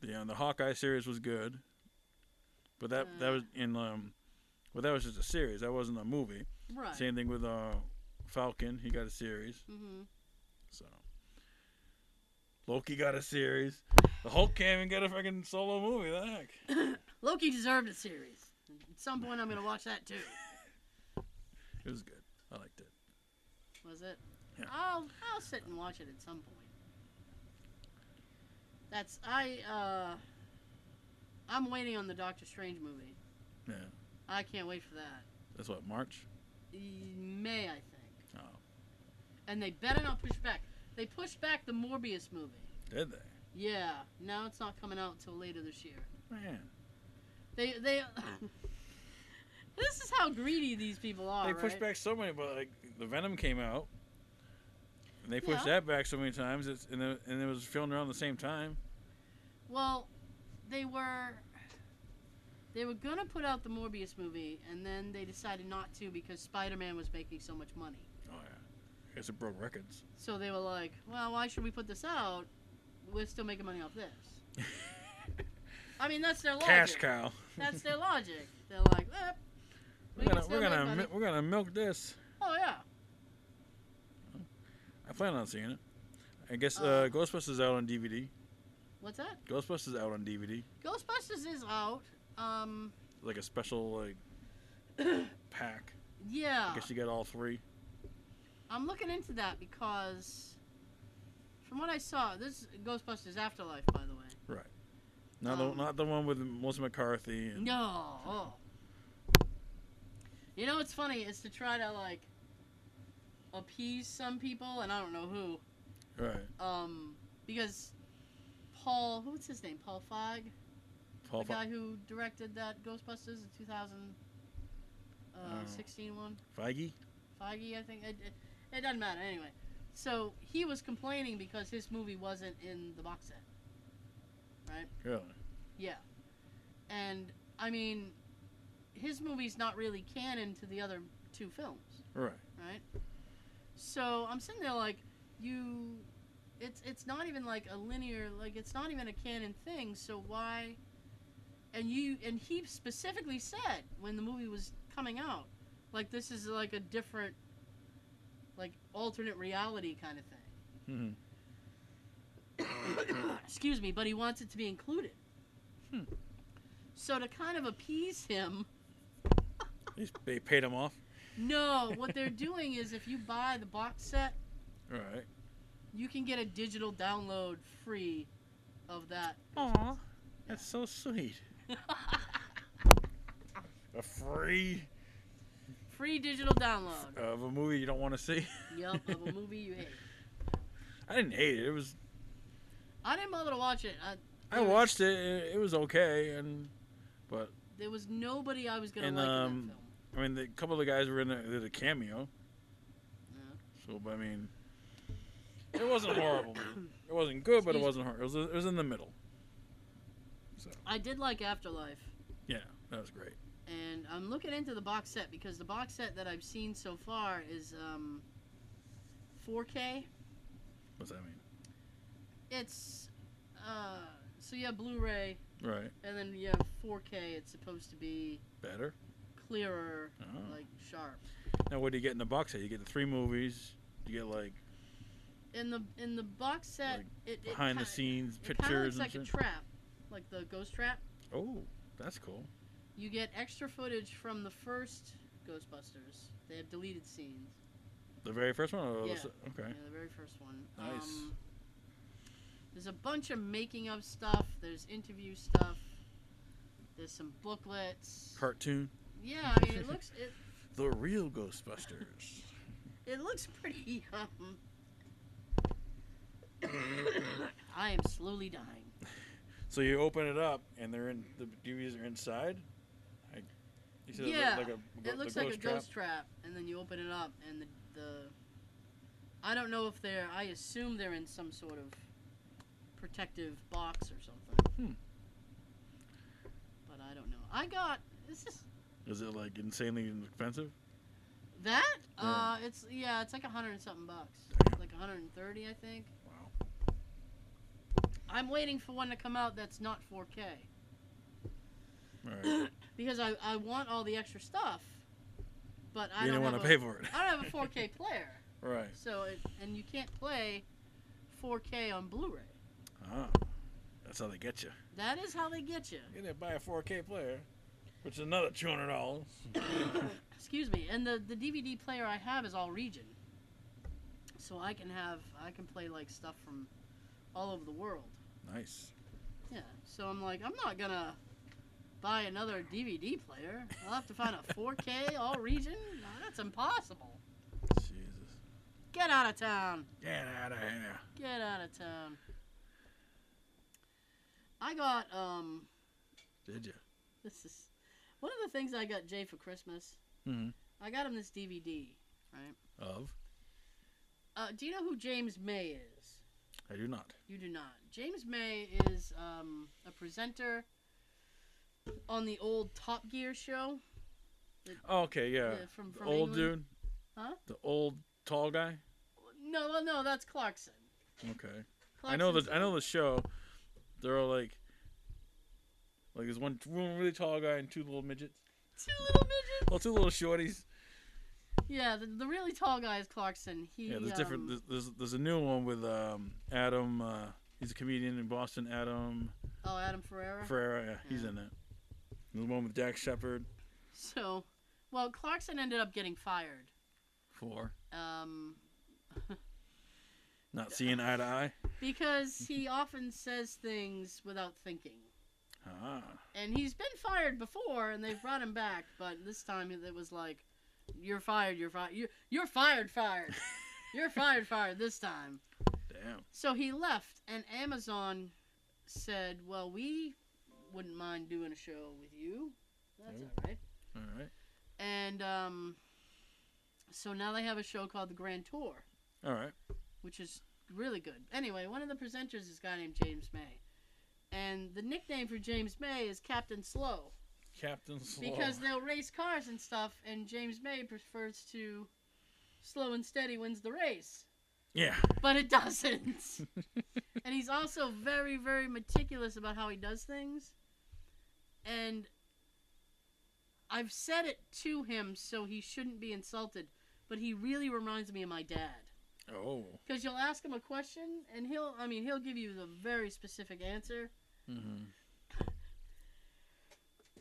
S3: the uh, the Hawkeye series was good, but that that
S2: Uh.
S3: was in um, well, that was just a series. That wasn't a movie.
S2: Right.
S3: Same thing with uh, Falcon. He got a series.
S2: Mm-hmm.
S3: So Loki got a series. The Hulk can't even get a freaking solo movie. The heck.
S2: Loki deserved a series. At some point, I'm gonna watch that too.
S3: It was good. I liked it.
S2: Was it?
S3: Yeah.
S2: I'll I'll sit and watch it at some point. That's I uh. I'm waiting on the Doctor Strange movie.
S3: Yeah,
S2: I can't wait for that.
S3: that's what March.
S2: E- May I think.
S3: Oh,
S2: And they better not push back. They pushed back the Morbius movie.
S3: did they?
S2: Yeah, now it's not coming out till later this year.
S3: Man,
S2: They they. this is how greedy these people are.
S3: they pushed
S2: right?
S3: back so many, but like the Venom came out, and they pushed
S2: Yeah.
S3: that back so many times. It's and it, and it was filmed around the same time.
S2: Well, they were. They were gonna put out the Morbius movie, and then they decided not to because Spider-Man was making so much money.
S3: Oh yeah, I guess it broke records.
S2: So they were like, well, why should we put this out? We're still making money off this. I mean, that's their logic.
S3: Cash cow.
S2: That's their logic. They're like, eh, we
S3: We're
S2: can
S3: gonna
S2: still
S3: we're
S2: make
S3: gonna
S2: money.
S3: mi- we're gonna milk this.
S2: oh yeah.
S3: I plan on seeing it. I guess
S2: Uh.
S3: uh, Ghostbusters is out on DVD.
S2: What's that?
S3: Ghostbusters is out on DVD,
S2: Ghostbusters is out. Um,
S3: like a special like pack.
S2: yeah.
S3: I guess you get all three.
S2: I'm looking into that because, from what I saw, this Ghostbusters Afterlife, by the way.
S3: Not
S2: Um.
S3: the not the one with Melissa McCarthy. And,
S2: No. oh. You know what's funny is to try to like appease some people, and I don't know who,
S3: Right.
S2: um, because Paul, what's his name? Paul Feig,
S3: Paul.
S2: the guy who directed that Ghostbusters in 2016 uh, one.
S3: Feige.
S2: Feige, I think. It, it, it doesn't matter anyway. So he was complaining because his movie wasn't in the box set.
S3: Really.
S2: Yeah. And, I mean, his movie's not really canon to the other two films,
S3: Right.
S2: right? So I'm sitting there like, you. It's, it's not even like a linear like it's not even a canon thing so why and you and he specifically said when the movie was coming out like this is like a different like alternate reality kind of thing
S3: hmm
S2: excuse me, but he wants it to be included.
S3: Hmm.
S2: So to kind of appease him,
S3: They, they paid him off.
S2: no, what they're doing is if you buy the box set,
S3: Right.
S2: you can get a digital download free of that.
S3: Aw, that's so sweet. A free
S2: free digital download.
S3: of a movie you don't want to see.
S2: Yep, of a movie you hate.
S3: I didn't hate it. It was.
S2: I didn't bother to watch it. I,
S3: I
S2: It was-
S3: watched it. It, it was okay, and but
S2: there was nobody I was gonna
S3: And,
S2: like in
S3: um,
S2: that film.
S3: I mean, the couple of the guys were in a, did a cameo.
S2: Yeah.
S3: So but, I mean, it wasn't horrible. It wasn't good, but it
S2: Excuse-
S3: wasn't horrible. It was, it was in the middle. So
S2: I did like Afterlife,
S3: yeah, that was great.
S2: and I'm looking into the box set because the box set that I've seen so far is um, 4K.
S3: What's that mean?
S2: it's uh so yeah blu-ray
S3: Right,
S2: and then you have 4k it's supposed to be
S3: better.
S2: clearer
S3: Oh.
S2: like sharp
S3: Now what do you get in the box set? You get the three movies. You get like
S2: in the in the box set
S3: Like,
S2: it, it
S3: behind the
S2: ki-
S3: scenes
S2: it kinda looks
S3: pictures
S2: like a
S3: and shit.
S2: trap like the ghost trap
S3: Oh, that's cool.
S2: you get extra footage from the first ghostbusters they have deleted scenes
S3: The very first one. Or the
S2: Yeah.
S3: se- okay.
S2: yeah, the very first one
S3: Nice.
S2: um, there's a bunch of making of stuff there's interview stuff there's some booklets
S3: Cartoon.
S2: yeah i mean it looks it,
S3: The real Ghostbusters.
S2: It looks pretty. Um... I am slowly dying.
S3: so you open it up and they're in the DVDs are inside. I, you said
S2: Yeah,
S3: it looked like a,
S2: It
S3: the
S2: looks like a
S3: ghost trap.
S2: ghost trap, and then you open it up, and the, the. I don't know if they're. I assume they're in some sort of protective box or something.
S3: Hmm.
S2: But I don't know. I got. This is.
S3: Is it like insanely expensive?
S2: That?
S3: Yeah.
S2: Uh, it's. Yeah, it's like a hundred and something bucks.
S3: Damn.
S2: Like a 130, I think.
S3: Wow.
S2: I'm waiting for one to come out that's not 4K.
S3: All right.
S2: because I, I want all the extra stuff, but I
S3: you
S2: don't
S3: didn't want
S2: have
S3: to
S2: a-
S3: pay for it.
S2: I don't have a 4K player,
S3: right.
S2: so it, and you can't play 4K on Blu-ray.
S3: Ah, that's how they get you.
S2: That is how they get you.
S3: You didn't buy a 4K player, which is another two hundred dollars.
S2: Excuse me. And the the DVD player I have is all region, so I can have I can play like stuff from all over the world.
S3: Nice.
S2: Yeah. So I'm like I'm not gonna buy another DVD player. I'll have to find a 4K all region. No, that's impossible.
S3: Jesus.
S2: Get out of town.
S3: Get out of here.
S2: Get out of town. I got um
S3: Did you?
S2: this is one of the things I got Jay for Christmas.
S3: Mhm.
S2: I got him this DVD, right?
S3: Of?
S2: Uh, do you know who James May is?
S3: I do not.
S2: You do not. James May is um, a presenter on the old Top Gear show.
S3: Oh, okay, yeah.
S2: the- from,
S3: The
S2: from
S3: old
S2: England.
S3: dude.
S2: Huh?
S3: The old tall guy.
S2: No, well, no, that's Clarkson.
S3: Okay. I know
S2: Clarkson's
S3: the I know the show. They're all like, like there's one, one really tall guy and two little midgets.
S2: two little midgets.
S3: Well, two little shorties.
S2: Yeah, the, the really tall guy is Clarkson. He
S3: Yeah, there's different.
S2: um,
S3: There's, there's there's a new one with um Adam. Uh, he's a comedian in Boston. Adam
S2: oh, Adam Ferreira.
S3: Ferrera. Yeah, he's
S2: Yeah.
S3: in it. There's one with Jack Shepard.
S2: so, well, Clarkson ended up getting fired.
S3: Four.
S2: Um,
S3: Not seeing eye to eye.
S2: because he often says things without thinking.
S3: Ah.
S2: And he's been fired before, and they've brought him back, but this time it was like, "You're fired. You're fired. You're, you're fired. Fired. You're fired. Fired this time."
S3: Damn.
S2: So he left, and Amazon said, "Well, we wouldn't mind doing a show with you. That's
S3: Nope.
S2: all right."
S3: All right.
S2: And um, so now they have a show called The Grand Tour,
S3: All right.
S2: which is really good. Anyway, one of the presenters is a guy named James May, and the nickname for James May is Captain Slow
S3: Captain Slow.
S2: because they'll race cars and stuff, and James May prefers to slow and steady wins the race.
S3: yeah.
S2: but it doesn't. and he's also very, very meticulous about how he does things. And I've said it to him so he shouldn't be insulted, but he really reminds me of my dad.
S3: Oh.
S2: Because you'll ask him a question, and he'll, I mean, he'll give you the very specific answer.
S3: hmm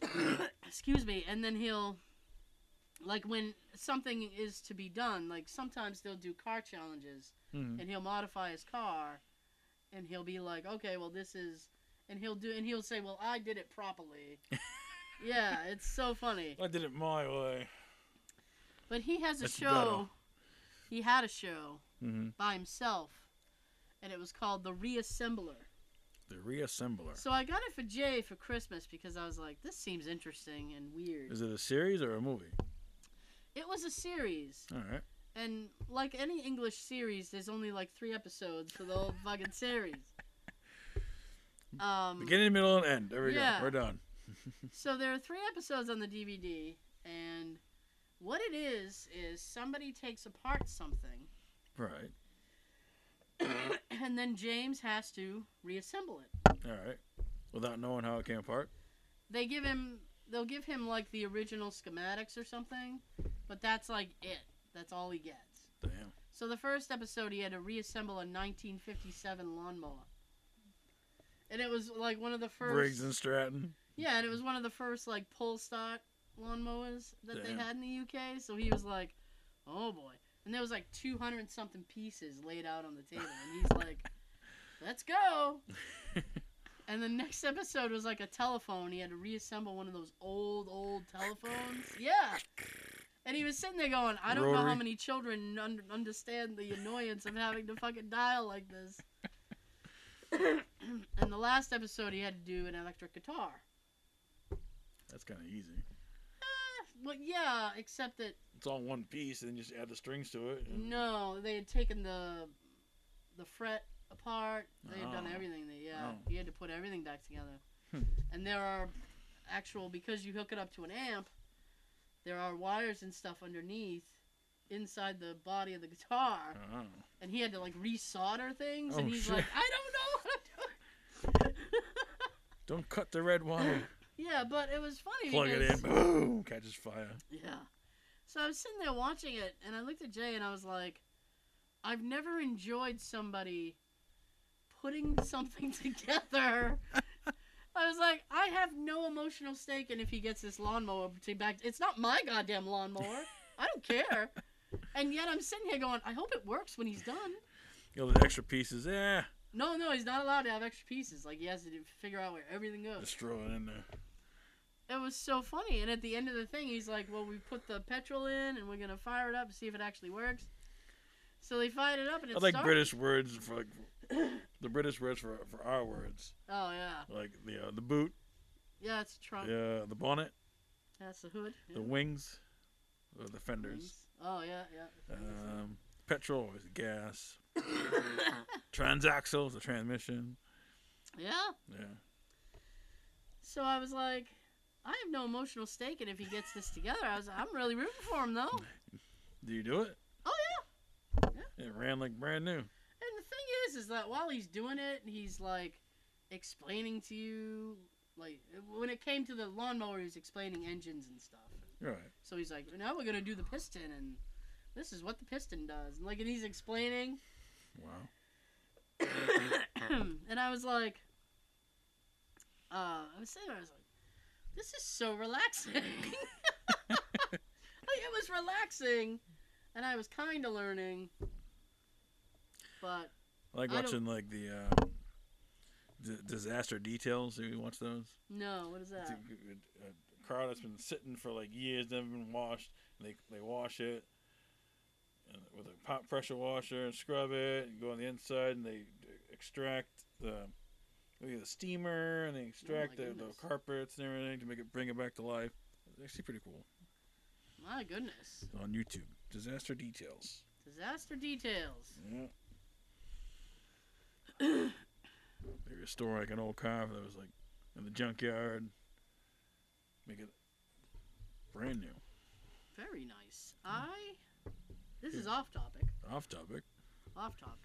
S2: Excuse me. And then he'll, like, when something is to be done, like, sometimes they'll do car challenges.
S3: hmm
S2: and he'll modify his car and he'll be like okay well this is and he'll do and he'll say well i did it properly yeah it's so funny
S3: I did it my way.
S2: but he has a
S3: It's
S2: show he had a show
S3: hmm
S2: by himself and it was called the reassembler
S3: The reassembler.
S2: so i got it for jay for christmas because i was like this seems interesting and weird
S3: Is it a series or a movie?
S2: it was a series
S3: All right.
S2: and like any english series there's only like three episodes for the whole fucking series um
S3: Beginning, middle, and end. There we
S2: Yeah.
S3: go. We're done.
S2: So there are three episodes on the DVD, and what it is is somebody takes apart something,
S3: Right.
S2: and then James has to reassemble it.
S3: All right. Without knowing how it came apart.
S2: They give him, they'll give him like the original schematics or something, but that's like it. That's all he gets.
S3: Damn.
S2: So the first episode, he had to reassemble a 1957 lawnmower, and it was like one of the first.
S3: Briggs and Stratton.
S2: Yeah, and it was one of the first like pull start lawnmowers that
S3: Damn.
S2: they had in the UK. So he was like, "Oh boy!" And there was like two hundred and something pieces laid out on the table, and he's like, "Let's go!" and the next episode was like a telephone. He had to reassemble one of those old, old telephones. Yeah. And he was sitting there going, "I don't know how
S3: Rotary.
S2: many children un- understand the annoyance of having to fucking dial like this." and the last episode, he had to do an electric guitar.
S3: That's kind of easy.
S2: Well, yeah, except that
S3: It's all one piece, and then just add the strings to it. and-
S2: no, they had taken the the fret apart. They had done
S3: Oh.
S2: everything. They, yeah,
S3: Oh.
S2: you had to put everything back together.
S3: Hmm.
S2: and there are actual because you hook it up to an amp, there are wires and stuff underneath inside the body of the guitar.
S3: Oh.
S2: And he had to like resolder things, and
S3: Oh,
S2: he's
S3: shit.
S2: like, I don't
S3: Don't cut the red wire.
S2: know. yeah, but it was funny.
S3: Plug it
S2: because,
S3: in. Boom. Catches fire.
S2: Yeah. So I was sitting there watching it, and I looked at Jay, and I was like, I've never enjoyed somebody putting something together. I was like, I have no emotional stake in if he gets this lawnmower to back. It's not my goddamn lawnmower. I don't care. And yet I'm sitting here going, I hope it works when he's done.
S3: You know, the extra pieces. eh, Yeah.
S2: No, no, he's not allowed to have extra pieces. Like he has to do- figure out where everything goes.
S3: Just throw it in there.
S2: it was so funny. And at the end of the thing, he's like, "Well, we put the petrol in, and we're gonna fire it up and see if it actually works." So they fired it up, and it
S3: I like
S2: started.
S3: British words for like, the British words for, for our words.
S2: Oh yeah,
S3: Like the uh, the boot,
S2: yeah, it's a trunk.
S3: the uh, the bonnet,
S2: That's the hood. Yeah.
S3: the wings, or the fenders.
S2: Wings. Oh yeah, yeah. the fenders.
S3: Um, petrol is gas. Transaxle is the transmission.
S2: yeah.
S3: Yeah.
S2: So I was like, I have no emotional stake in if he gets this together. I was, I'm really rooting for him though.
S3: Do you do it?
S2: Oh yeah.
S3: It ran like brand new.
S2: And the thing is, is that while he's doing it, he's like explaining to you, like when it came to the lawnmower, he was explaining engines and stuff.
S3: Right.
S2: So he's like, now we're gonna do the piston, and this is what the piston does, and like, and he's explaining,
S3: Wow.
S2: and I was like, uh, I was sitting there, I was like, this is so relaxing. like, it was relaxing, and I was kind of learning, but
S3: I like
S2: I don't-
S3: watching like the uh, d- disaster details. Do you watch those?
S2: no, what is
S3: It's
S2: that?
S3: a, a crowd that's been sitting for like years, never been washed. And they they wash it and with a pop pressure washer and scrub it. And go on the inside and they extract the maybe the steamer and they extract the, the
S2: Oh goodness.
S3: carpets and everything to make it bring it back to life. It's actually pretty cool
S2: My goodness.
S3: It's on YouTube. Disaster details.
S2: Disaster details.
S3: Yeah. they restore like an old car that was like in the junkyard. Make it brand new.
S2: Very nice. I. This is off topic.
S3: Off topic.
S2: Off topic.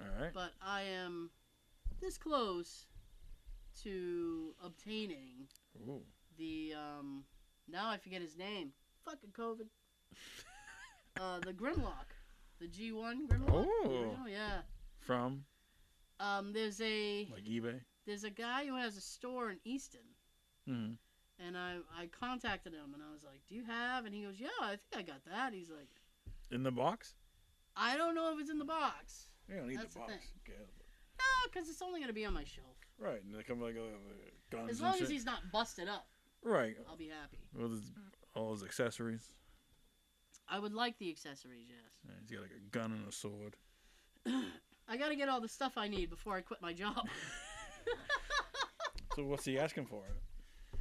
S3: All right.
S2: But I am this close to obtaining
S3: Ooh.
S2: the. um Now I forget his name. Fucking COVID. uh, the Grimlock. The G1 Grimlock.
S3: Oh.
S2: Oh, yeah.
S3: From
S2: Um, there's a
S3: like eBay.
S2: there's a guy who has a store in Easton,
S3: Mm-hmm.
S2: and I I contacted him and I was like, "Do you have?" And he goes, "Yeah, I think I got that." He's like,
S3: In the box.
S2: I don't know if it's in the box.
S3: You don't need
S2: That's
S3: the
S2: the
S3: box.
S2: thing.
S3: Okay.
S2: No, because it's only going to be on my shelf.
S3: Right, and they come like uh, guns
S2: As
S3: and
S2: long as
S3: shit.
S2: he's not busted up,
S3: right.
S2: I'll be happy.
S3: With his, all his accessories.
S2: I would like the accessories, yes.
S3: Yeah, he's got like a gun and a sword.
S2: I got to get all the stuff I need before I quit my job. um,
S3: So what's he asking for?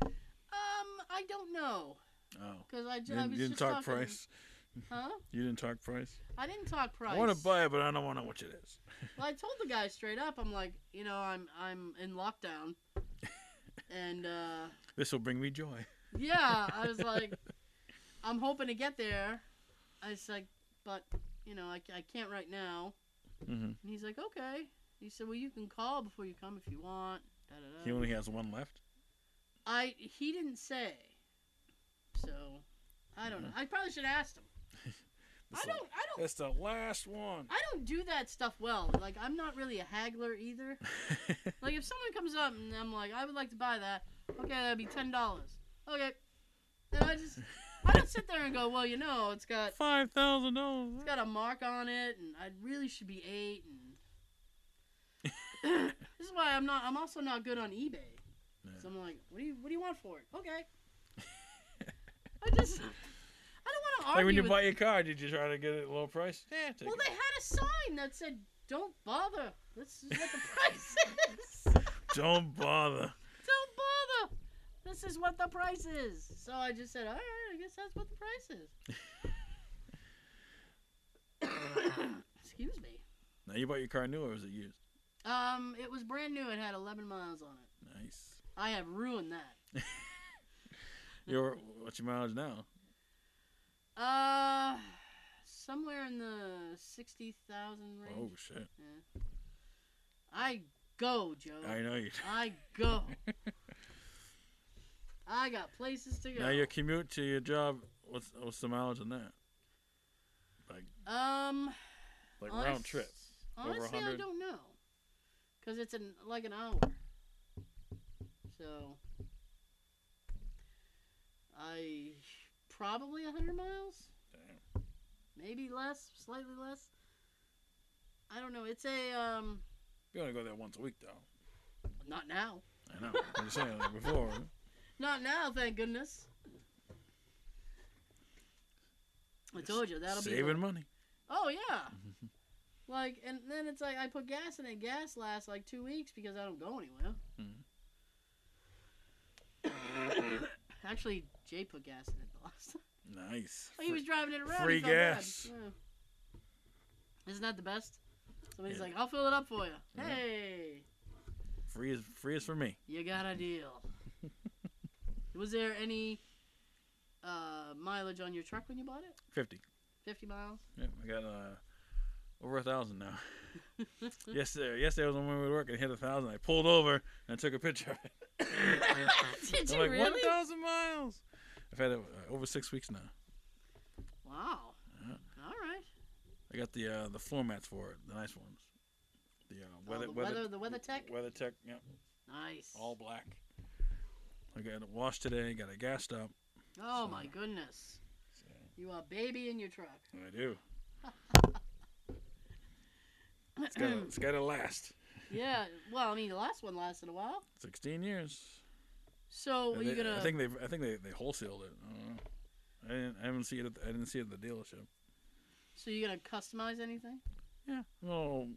S2: Um, I don't know.
S3: Oh.
S2: Because I, ju-
S3: You
S2: I
S3: didn't,
S2: was
S3: you
S2: just
S3: didn't talk
S2: talking,
S3: price.
S2: Huh?
S3: You didn't talk price.
S2: I didn't talk price.
S3: I want to buy it, but I don't want to know what it is.
S2: Well, I told the guy straight up, I'm like, you know, I'm I'm in lockdown. and, uh,
S3: This will bring me joy.
S2: yeah, I was like, I'm hoping to get there. I was like, but, you know, I, ca- I can't right now.
S3: Mm-hmm.
S2: And he's like, okay. He said, well, you can call before you come if you want. Da, da,
S3: He
S2: da.
S3: only has one left.
S2: I he didn't say, so I don't know. I probably should have asked him. I
S3: It's
S2: don't. I
S3: the-
S2: don't.
S3: It's the last one.
S2: I don't do that stuff well. Like I'm not really a haggler either. Like if someone comes up and I'm like, I would like to buy that. Okay, that'd be ten dollars. Okay. Then I just I don't sit there and go, well, you know, it's got
S3: Five thousand dollars.
S2: It's got a mark on it, and I really should be eight. And this is why I'm not. I'm also not good on eBay.
S3: Yeah.
S2: So I'm like, what do you what do you want for it? Okay. I just I don't want to argue.
S3: Like when you
S2: with,
S3: buy your car, did you try to get it at a low price? Yeah, take
S2: well,
S3: it.
S2: they had a sign that said, "Don't bother. This is what the price is. Don't
S3: Don't bother.
S2: bother. This is what the price is." So I just said, "All right, I guess that's what the price is." Excuse me.
S3: Now you bought your car new or was it used?
S2: Um, it was brand new. It had 11 miles on it.
S3: Nice.
S2: I have ruined that. Mm-hmm.
S3: Your what's your mileage now?
S2: Uh, somewhere in the 60,000 range.
S3: Oh shit!
S2: I go, Joe.
S3: I know you.
S2: I go. I got places to go.
S3: Now your commute to your job. What's what's the mileage on that? Like
S2: um,
S3: like
S2: honest-
S3: round trip. over
S2: Honestly, I
S3: 100?
S2: don't know. Cause it's an like an hour. So I probably 100 miles.
S3: Damn.
S2: maybe less, slightly less. I don't know. It's a um,
S3: You only go there once a week though.
S2: not now,
S3: I know. I'm just saying like before.
S2: not now. Thank goodness. I told you that'll
S3: saving
S2: be.
S3: money.
S2: Oh yeah. like and then it's like I put gas in it. Gas lasts like two weeks because I don't go anywhere.
S3: Mhm. Hmm.
S2: Actually, Jay put gas in it the last time.
S3: Nice.
S2: He was driving it around. he
S3: free
S2: felt bad.
S3: gas.
S2: Yeah. Isn't that the best? Somebody's
S3: Yeah.
S2: like, I'll fill it up for you.
S3: Yeah.
S2: Hey.
S3: Free is free is for me.
S2: You got a deal. Was there any uh, mileage on your truck when you bought it?
S3: Fifty.
S2: 50 miles?
S3: Yep, I got uh, over a thousand now. yesterday, yesterday I was on my way to work and hit a thousand. I pulled over and I took a picture. of it.
S2: Did
S3: I'm
S2: you
S3: like one
S2: really?
S3: thousand miles. I've had it uh, over six weeks now.
S2: Wow.
S3: Yeah.
S2: All right.
S3: I got the uh, the floor mats for it, the nice ones. The uh, weather,
S2: Oh, the
S3: weather,
S2: weather- the WeatherTech?
S3: WeatherTech, yep,
S2: Nice.
S3: all black. I got it washed today. Got it gassed up.
S2: oh, my goodness.
S3: So,
S2: You are baby in your truck.
S3: I do. It's gotta,
S2: Mm.
S3: it's gotta last.
S2: yeah. Well, I mean, the last one lasted a while.
S3: Sixteen years.
S2: So,
S3: And
S2: are you
S3: they-
S2: going to.
S3: I think they I think they, they wholesaled it. I don't know. I didn't I haven't see it at the, I didn't see it at the dealership.
S2: So you gonna customize anything?
S3: Yeah, well,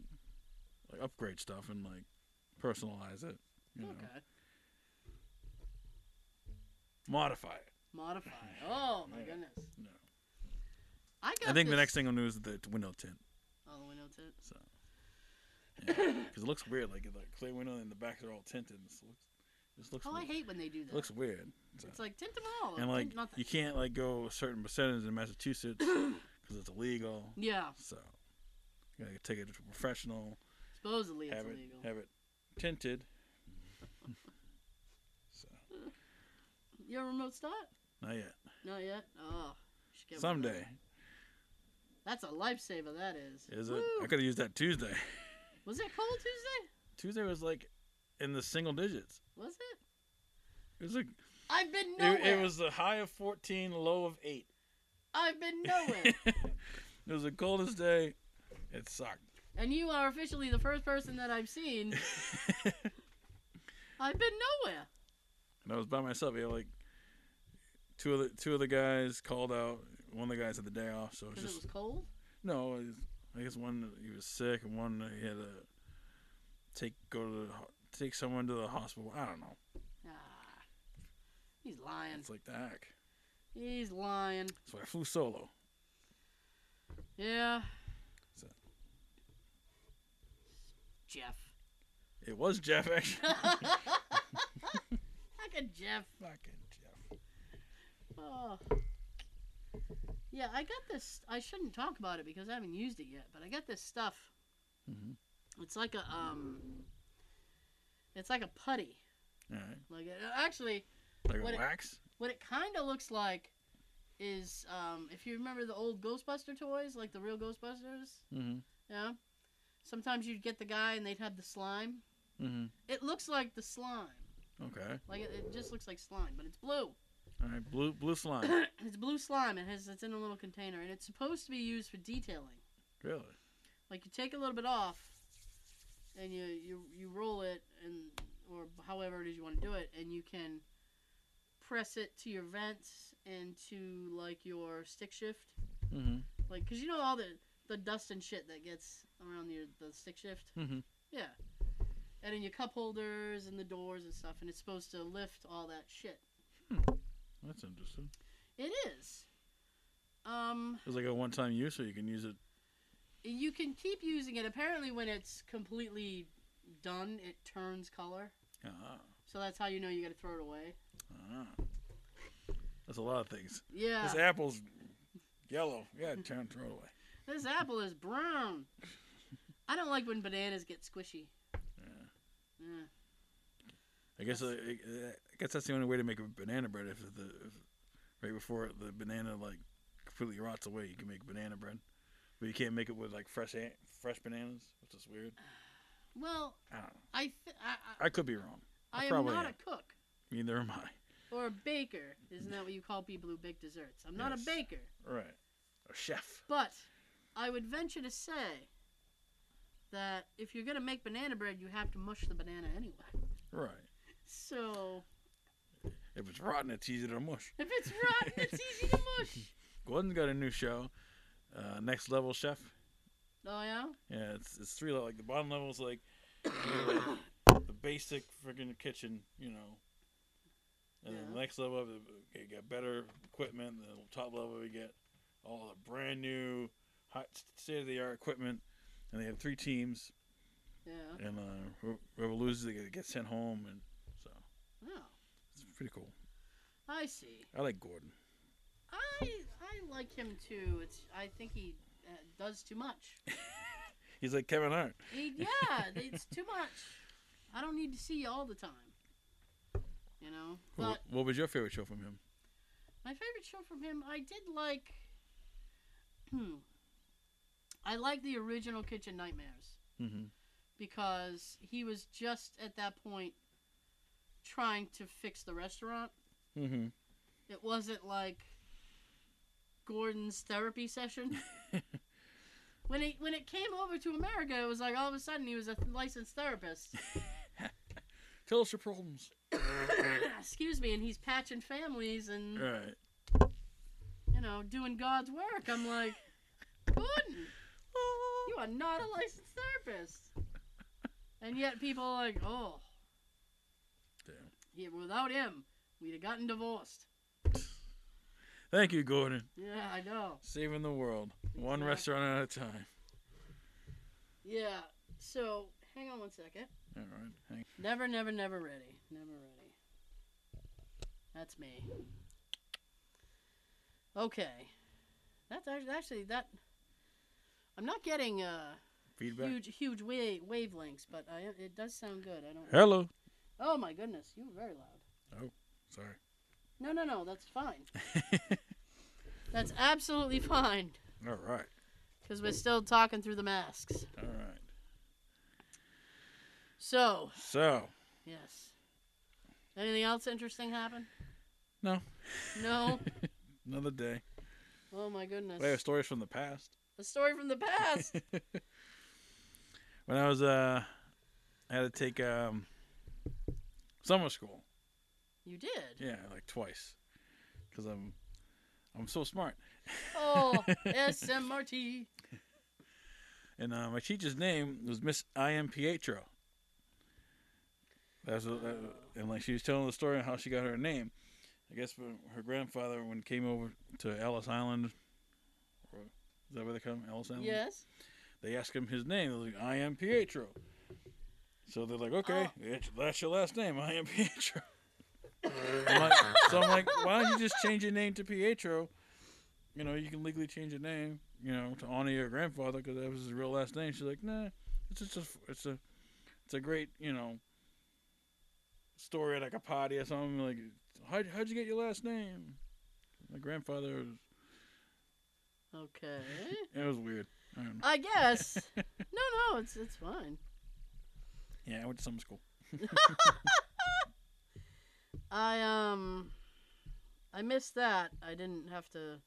S3: like upgrade stuff and like personalize it. You know,
S2: Okay.
S3: modify it.
S2: Modify. Oh my
S3: Yeah.
S2: goodness.
S3: No.
S2: I got.
S3: I think the
S2: this-
S3: next thing I'll do is the window tint.
S2: Oh, the window tint.
S3: So, because it looks weird, like the clear window and the backs are all tinted. This looks, this looks,
S2: Oh, I
S3: weird.
S2: hate when they do that.
S3: looks weird. So-
S2: it's like tint them all.
S3: and like
S2: tint nothing.
S3: you can't like go a certain percentage in Massachusetts because it's illegal.
S2: yeah,
S3: So, you gotta take it to a professional.
S2: supposedly it's
S3: have it
S2: illegal.
S3: have it tinted. so
S2: Your remote start?
S3: not yet.
S2: Not yet. Oh, you should get one of those.
S3: Someday
S2: That's a lifesaver. That is.
S3: is it?
S2: Woo!
S3: I could have used that Tuesday.
S2: Was it cold Tuesday?
S3: Tuesday was like in the single digits.
S2: Was it?
S3: It was like
S2: I've been nowhere.
S3: it, it was a high of fourteen, low of eight.
S2: I've been nowhere.
S3: it was the coldest day. It sucked.
S2: and you are officially the first person that I've seen. I've been nowhere.
S3: And I was by myself. Yeah, like two of the two of the guys called out. One of the guys had the day off, so it was
S2: Because
S3: just
S2: it was cold.
S3: No, it was- I guess one he was sick, and one he had to take go to the, ho- take someone to the hospital. I don't know.
S2: Ah, he's lying.
S3: It's like the heck.
S2: He's lying.
S3: So I flew solo.
S2: Yeah.
S3: So-
S2: Jeff.
S3: It was Jeff actually.
S2: Fucking Jeff.
S3: Fucking Jeff.
S2: Oh. Yeah, I got this. I shouldn't talk about it because I haven't used it yet, but I got this stuff.
S3: Mhm.
S2: It's like a um. It's like a putty.
S3: All right.
S2: Like it, actually,
S3: Like
S2: What
S3: a
S2: it-
S3: wax.
S2: what it kind of looks like is um, if you remember the old Ghostbuster toys, like the real Ghostbusters.
S3: Mm-hmm.
S2: Yeah. Sometimes you'd get the guy and they'd have the slime.
S3: Mm-hmm.
S2: It looks like the slime.
S3: Okay.
S2: Like it, it just looks like slime, but it's blue.
S3: All right. Blue blue slime.
S2: it's blue slime. It has it's in a little container, and it's supposed to be used for detailing.
S3: really?
S2: Like you take a little bit off, and you you you roll it, and or however it is you want to do it, and you can press it to your vents and to like your stick shift,
S3: Mm-hmm.
S2: like because you know all the the dust and shit that gets around your the stick shift.
S3: Mm-hmm.
S2: Yeah. And in your cup holders and the doors and stuff, and it's supposed to lift all that shit.
S3: That's interesting.
S2: It is. Um,
S3: It's like a one time use, so you can use it.
S2: you can keep using it. Apparently, when it's completely done, it turns color.
S3: Ah.
S2: So that's how you know you gotta throw it away.
S3: ah. That's a lot of things.
S2: Yeah.
S3: This apple's yellow. Yeah, turn throw it away.
S2: This apple is brown. I don't like when bananas get squishy.
S3: Yeah.
S2: Yeah.
S3: I guess uh, I, I guess that's the only way to make a banana bread if the if, right before the banana like completely rots away, you can make banana bread, but you can't make it with like fresh an- fresh bananas, which is weird.
S2: Well,
S3: I don't know.
S2: I th- I,
S3: I could be wrong.
S2: I, I am
S3: probably
S2: not
S3: am.
S2: a cook
S3: Neither am I.
S2: or a baker. Isn't that what you call people who bake desserts? I'm not
S3: Yes.
S2: a baker.
S3: Right, a chef.
S2: But I would venture to say that if you're gonna make banana bread, you have to mush the banana anyway.
S3: Right.
S2: So
S3: If it's rotten, it's easy to mush.
S2: if it's rotten, it's easy to mush.
S3: Gordon's got a new show, uh, Next Level Chef.
S2: Oh yeah.
S3: Yeah, it's it's three level. Like the bottom level is like, you know, like, the basic freaking kitchen, you know. And then the
S2: Yeah.
S3: next level, you get better equipment. And the top level, you get all the brand new, hot state of the art equipment. And they have three teams,
S2: Yeah.
S3: and uh, who- whoever loses, they get- get sent home, and so
S2: Oh.
S3: it's pretty cool.
S2: I see.
S3: I like Gordon.
S2: I I like him too. It's I think he uh, does too much.
S3: He's like Kevin Hart.
S2: He, yeah, it's too much. I don't need to see you all the time. You know.
S3: Wh-
S2: But
S3: what was your favorite show from him?
S2: my favorite show from him, I did like. I like the original Kitchen Nightmares.
S3: Mm-hmm.
S2: because he was just at that point trying to fix the restaurant.
S3: Mm-hmm.
S2: It wasn't like Gordon's therapy session. when it when it came over to America, it was like all of a sudden he was a licensed therapist.
S3: Tell us your problems.
S2: Excuse me, and he's patching families and
S3: Right.
S2: you know doing God's work. I'm like, Gordon, you are not a licensed therapist. And yet people are like, oh,
S3: Damn.
S2: yeah, without him, we'd have gotten divorced.
S3: Thank you, Gordon.
S2: Yeah, I know.
S3: Saving the world, one
S2: Exactly.
S3: restaurant at a time.
S2: Yeah. So hang on one second.
S3: All right. Hang.
S2: Never, never, never ready. Never ready. That's me. Okay. That's actually, actually that. I'm not getting uh,
S3: Feedback.
S2: huge, huge wa- wavelengths, but I, it does sound good. I don't.
S3: Hello.
S2: Oh my goodness, you were very loud.
S3: Sorry.
S2: No, no, no. That's fine. that's absolutely fine
S3: All right.
S2: because we're still talking through the masks.
S3: All right.
S2: So
S3: So,
S2: yes. Anything else interesting happen?
S3: No.
S2: No.
S3: another day.
S2: Oh my goodness.
S3: We have stories from the past.
S2: A story from the past.
S3: When I was uh, I had to take um, summer school.
S2: you did.
S3: Yeah, like twice, because I'm, I'm so smart.
S2: Oh, SMRT.
S3: And uh, my teacher's name was Miss I M Pietro. That's what, that, and like she was telling the story on how she got her name. I guess when her grandfather when came over to Ellis Island. Or, is that where they come? Ellis Island.
S2: Yes.
S3: They asked him his name. They're like, I am Pietro. So they're like, okay, it's- that's your last name. I am Pietro. I'm like- so I'm like, why don't you just change your name to Pietro? You know, you can legally change your name, you know, to honor your grandfather because that was his real last name. She's like, nah, it's just a, it's a, it's a great, you know, story at like a party or something. Like, how how'd you get your last name? My grandfather, was,
S2: Okay.
S3: it was weird. I don't know.
S2: I guess. No, no, it's it's fine.
S3: Yeah, I went to summer school.
S2: I um, I missed that. I didn't have to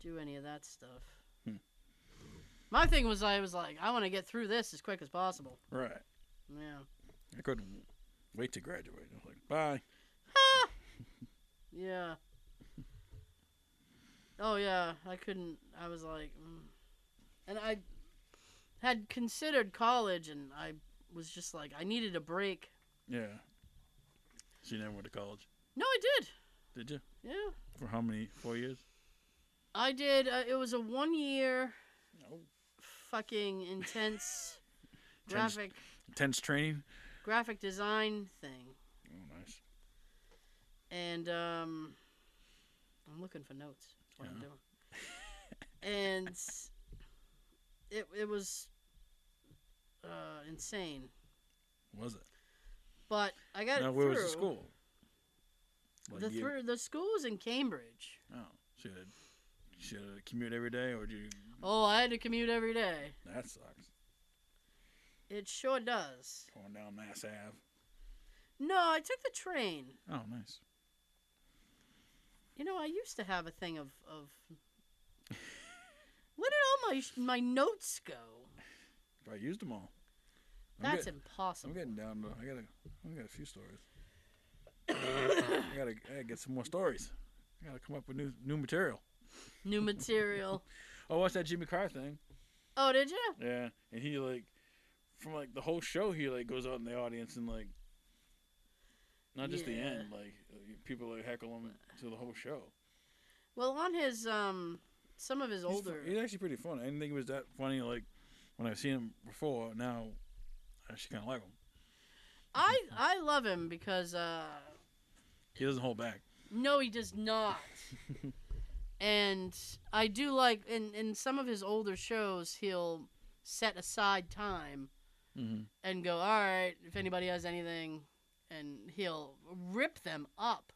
S2: do any of that stuff.
S3: Hmm.
S2: My thing was I was like, I want to get through this as quick as possible.
S3: Right.
S2: Yeah.
S3: I couldn't wait to graduate. I was like, bye.
S2: Yeah. Oh yeah, I couldn't. I was like, mm. and I had considered college, and I was just like, I needed a break.
S3: Yeah. She never went to college.
S2: No, I did.
S3: Did you?
S2: Yeah,
S3: For how many? Four years?
S2: I did. Uh, it was a one-year,
S3: No.
S2: fucking intense
S3: Intense-
S2: graphic
S3: Intense training?
S2: graphic design thing,
S3: Oh, nice.
S2: and um, I'm looking for notes. That's what I'm
S3: Yeah.
S2: doing. and it it was uh, insane.
S3: Was it?
S2: But I got
S3: now,
S2: it
S3: where
S2: through.
S3: was the school? Like
S2: the,
S3: you-
S2: through, the school was in Cambridge.
S3: Oh. She had, she had to commute every day, or do you.
S2: Oh, I had to commute every day.
S3: That sucks.
S2: It sure does.
S3: Going down Mass Ave.
S2: No, I took the train.
S3: Oh, nice.
S2: You know, I used to have a thing of of. Where did all my sh- my notes go?
S3: But I used them all. I'm
S2: That's
S3: getting,
S2: impossible.
S3: I'm getting down to. I got a, I got a few stories. I gotta, I gotta get some more stories. I gotta come up with new new material.
S2: New material.
S3: I watched that Jimmy Carr thing.
S2: Oh, did you?
S3: Yeah, and he like from like the whole show, he like goes out in the audience and like not just the
S2: Yeah.
S3: end, like people like heckle him to the whole show.
S2: Well, on his um, some of his
S3: He's
S2: older.
S3: fu- he's actually pretty funny. I didn't think he was that funny. Like when I've seen him before, now I actually kind of like him.
S2: I I love him because uh,
S3: He doesn't hold back.
S2: No, he does not. and I do like in in some of his older shows, he'll set aside time
S3: Mhm.
S2: and go, all right, if anybody has anything, and he'll rip them up.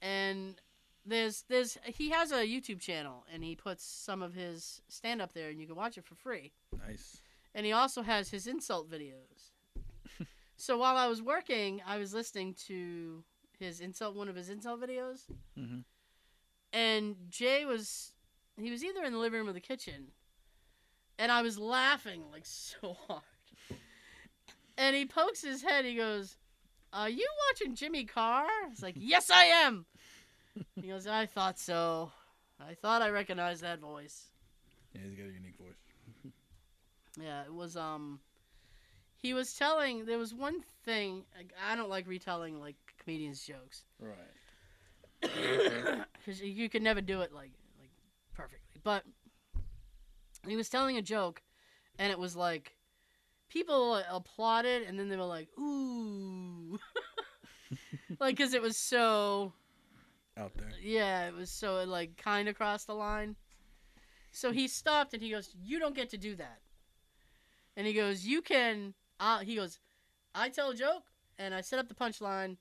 S2: And there's there's he has a YouTube channel and he puts some of his stand up there and you can watch it for free.
S3: Nice.
S2: And he also has his insult videos. so while I was working, I was listening to his insult one of his insult videos
S3: Mhm.
S2: and Jay was he was either in the living room or the kitchen, and I was laughing like so hard. And he pokes his head. He goes, "Are you watching Jimmy Carr?" I was like, "Yes, I am." He goes, "I thought so. I thought I recognized that voice."
S3: Yeah, he's got a unique voice.
S2: Yeah, it was um he was telling there was one thing like, I don't like retelling like comedians jokes
S3: Right.
S2: cuz you could never do it like like perfectly. But he was telling a joke and it was like people applauded and then they were like ooh like cuz it was so
S3: Out there.
S2: yeah, it was so it like kind of crossed the line. So he stopped and he goes, "You don't get to do that." And he goes, "You can." Uh, he goes, "I tell a joke and I set up the punchline,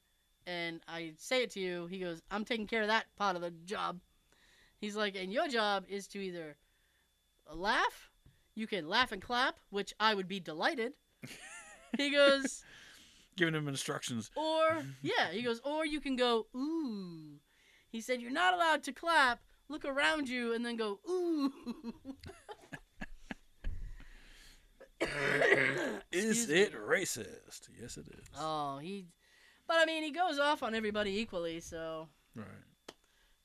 S2: and I say it to you." He goes, "I'm taking care of that part of the job." He's like, "And your job is to either laugh, you can laugh and clap, which I would be delighted." he goes
S3: Giving him instructions.
S2: or yeah, he goes, or you can go ooh. He said you're not allowed to clap, look around you, and then go ooh.
S3: Is
S2: Excuse me.
S3: it racist? Yes, it is.
S2: Oh, he. But I mean, he goes off on everybody equally, so
S3: Right.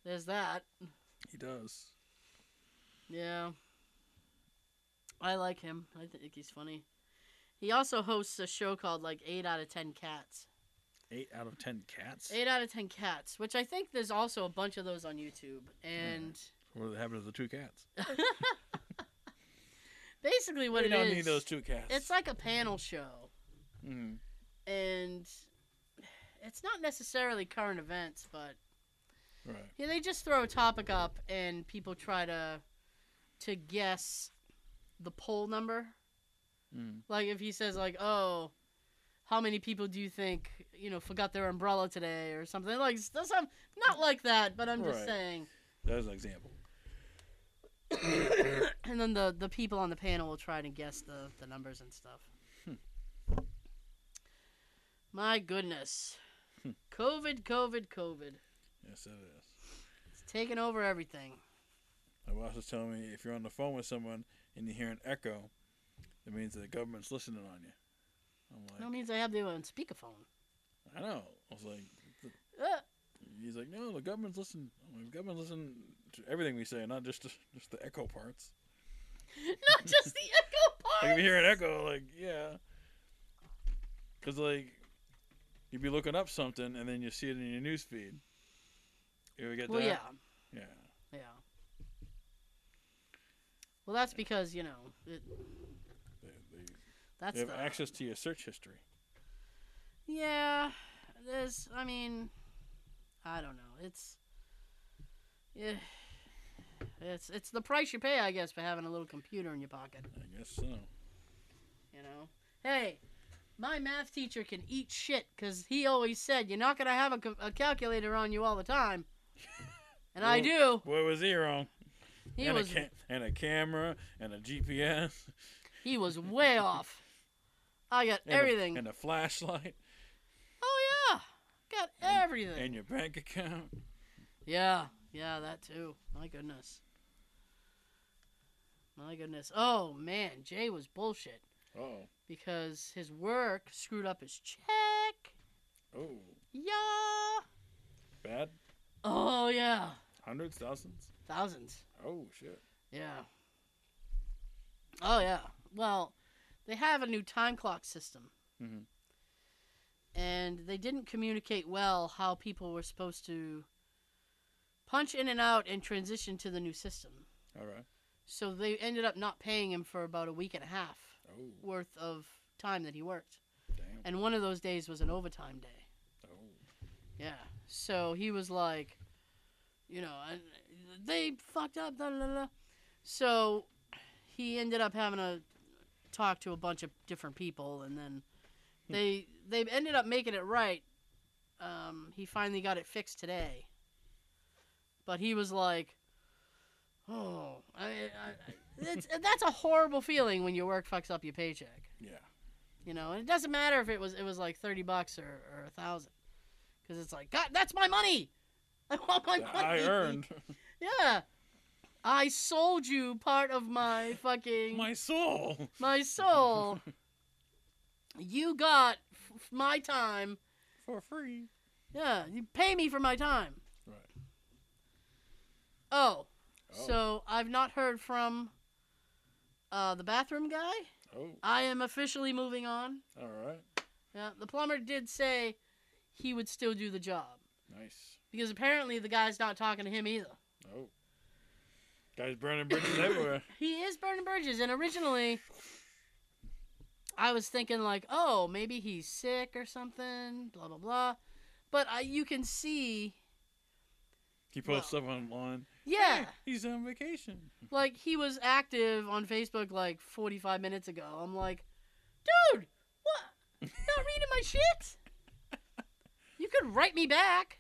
S2: there's that.
S3: He does.
S2: Yeah. I like him. I think he's funny. He also hosts a show called like Eight Out of Ten Cats.
S3: Eight out of ten cats.
S2: Eight out of Ten Cats, which I think there's also a bunch of those on YouTube, and
S3: Mm. What happened to the two cats?
S2: basically what
S3: we
S2: it
S3: don't
S2: is-
S3: need those two cats.
S2: It's like a panel show,
S3: Mm.
S2: and it's not necessarily current events, but
S3: Right.
S2: yeah, they just throw a topic up and people try to to guess the poll number.
S3: Mm.
S2: Like if he says like, "Oh, how many people do you think you know forgot their umbrella today?" or something like that's some not like that, but I'm just
S3: Right.
S2: saying.
S3: That was an example.
S2: And then the the people on the panel will try to guess the the numbers and stuff.
S3: Hmm.
S2: My goodness,
S3: Hmm.
S2: COVID, COVID, COVID.
S3: Yes, it is.
S2: It's taking over everything.
S3: My boss was telling me if you're on the phone with someone and you hear an echo, it means that the government's listening on you. I'm
S2: That
S3: like,
S2: means I have you on speakerphone.
S3: I know. I was like,
S2: Uh,
S3: he's like, no, the government's listening. I'm like, the government's listening to everything we say, not just just the echo parts.
S2: not just the echo
S3: Like, if
S2: part.
S3: you hear an echo, like, yeah. Because, like, you'd be looking up something and then you see it in your news feed. You ever get
S2: Well,
S3: that?
S2: yeah,
S3: Yeah.
S2: yeah. Well, that's because you know it,
S3: They, they,
S2: that's
S3: they have
S2: the
S3: access to your search history.
S2: yeah. There's, I mean, I don't know. It's yeah, it's it's the price you pay, I guess, for having a little computer in your pocket.
S3: I guess so.
S2: You know, hey, my math teacher can eat shit because he always said you're not gonna have a, co- a calculator on you all the time, and I
S3: Ooh.
S2: do.
S3: What was he wrong?
S2: He
S3: and,
S2: was
S3: a ca- and a camera and a GPS.
S2: he was way off. I got
S3: And
S2: everything.
S3: A, and a flashlight
S2: oh yeah, got everything.
S3: and your bank account.
S2: yeah, yeah, that too. My goodness. My goodness. Oh man, Jay was bullshit
S3: Oh.
S2: because his work screwed up his check.
S3: Oh.
S2: Yeah.
S3: Bad?
S2: Oh yeah,
S3: Hundreds? Thousands?
S2: thousands.
S3: Oh, shit.
S2: Yeah. Oh yeah. Well, they have a new time clock system.
S3: Mhm.
S2: And they didn't communicate well how people were supposed to punch in and out and transition to the new system.
S3: All right.
S2: So they ended up not paying him for about a week and a half
S3: Oh,
S2: worth of time that he worked.
S3: damn.
S2: And one of those days was an overtime day.
S3: Oh.
S2: Yeah. So he was like, you know, I, they fucked up. Da, da, da, da. So he ended up having to talk to a bunch of different people, and then they they ended up making it right. Um, he finally got it fixed today, but he was like, "Oh, I, I, I that's, that's a horrible feeling when your work fucks up your paycheck."
S3: Yeah.
S2: you know and it doesn't matter if it was it was like 30 bucks or, or a thousand because it's like god that's my money i want my
S3: That
S2: money
S3: I earned
S2: yeah i sold you part of my fucking my,
S3: my soul.
S2: soul you got f- f- my time
S3: for free.
S2: yeah you pay me for my time
S3: Right.
S2: oh,
S3: Oh.
S2: so i've not heard from uh, the bathroom guy
S3: Oh,
S2: i am officially moving on
S3: all right.
S2: yeah the plumber did say he would still do the job
S3: Nice.
S2: Because apparently the guy's not talking to him either.
S3: Oh. Guys burning bridges everywhere.
S2: He is burning bridges, and originally I was thinking like, oh, maybe he's sick or something, blah blah blah. But I, you can see,
S3: He posts up online.
S2: yeah,
S3: "Hey, He's on vacation.
S2: like he was active on Facebook like 45 minutes ago. I'm like, dude, what? Not reading my shit? You could write me back.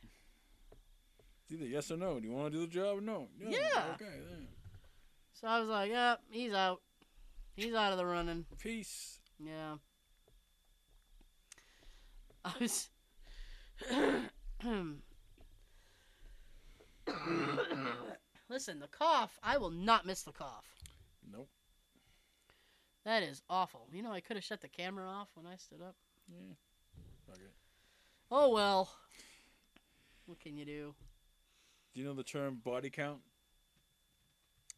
S3: It's either yes or no. Do you want to do the job or no? no.
S2: Yeah.
S3: Okay. Then.
S2: So I was like, yep, he's out. He's out of the running.
S3: Peace.
S2: Yeah. I was. Listen, the cough. I will not miss the cough.
S3: Nope.
S2: That is awful. You know, I could have shut the camera off when I stood up.
S3: Yeah. Fuck it.
S2: Oh well. What can you do?
S3: Do you know the term body count?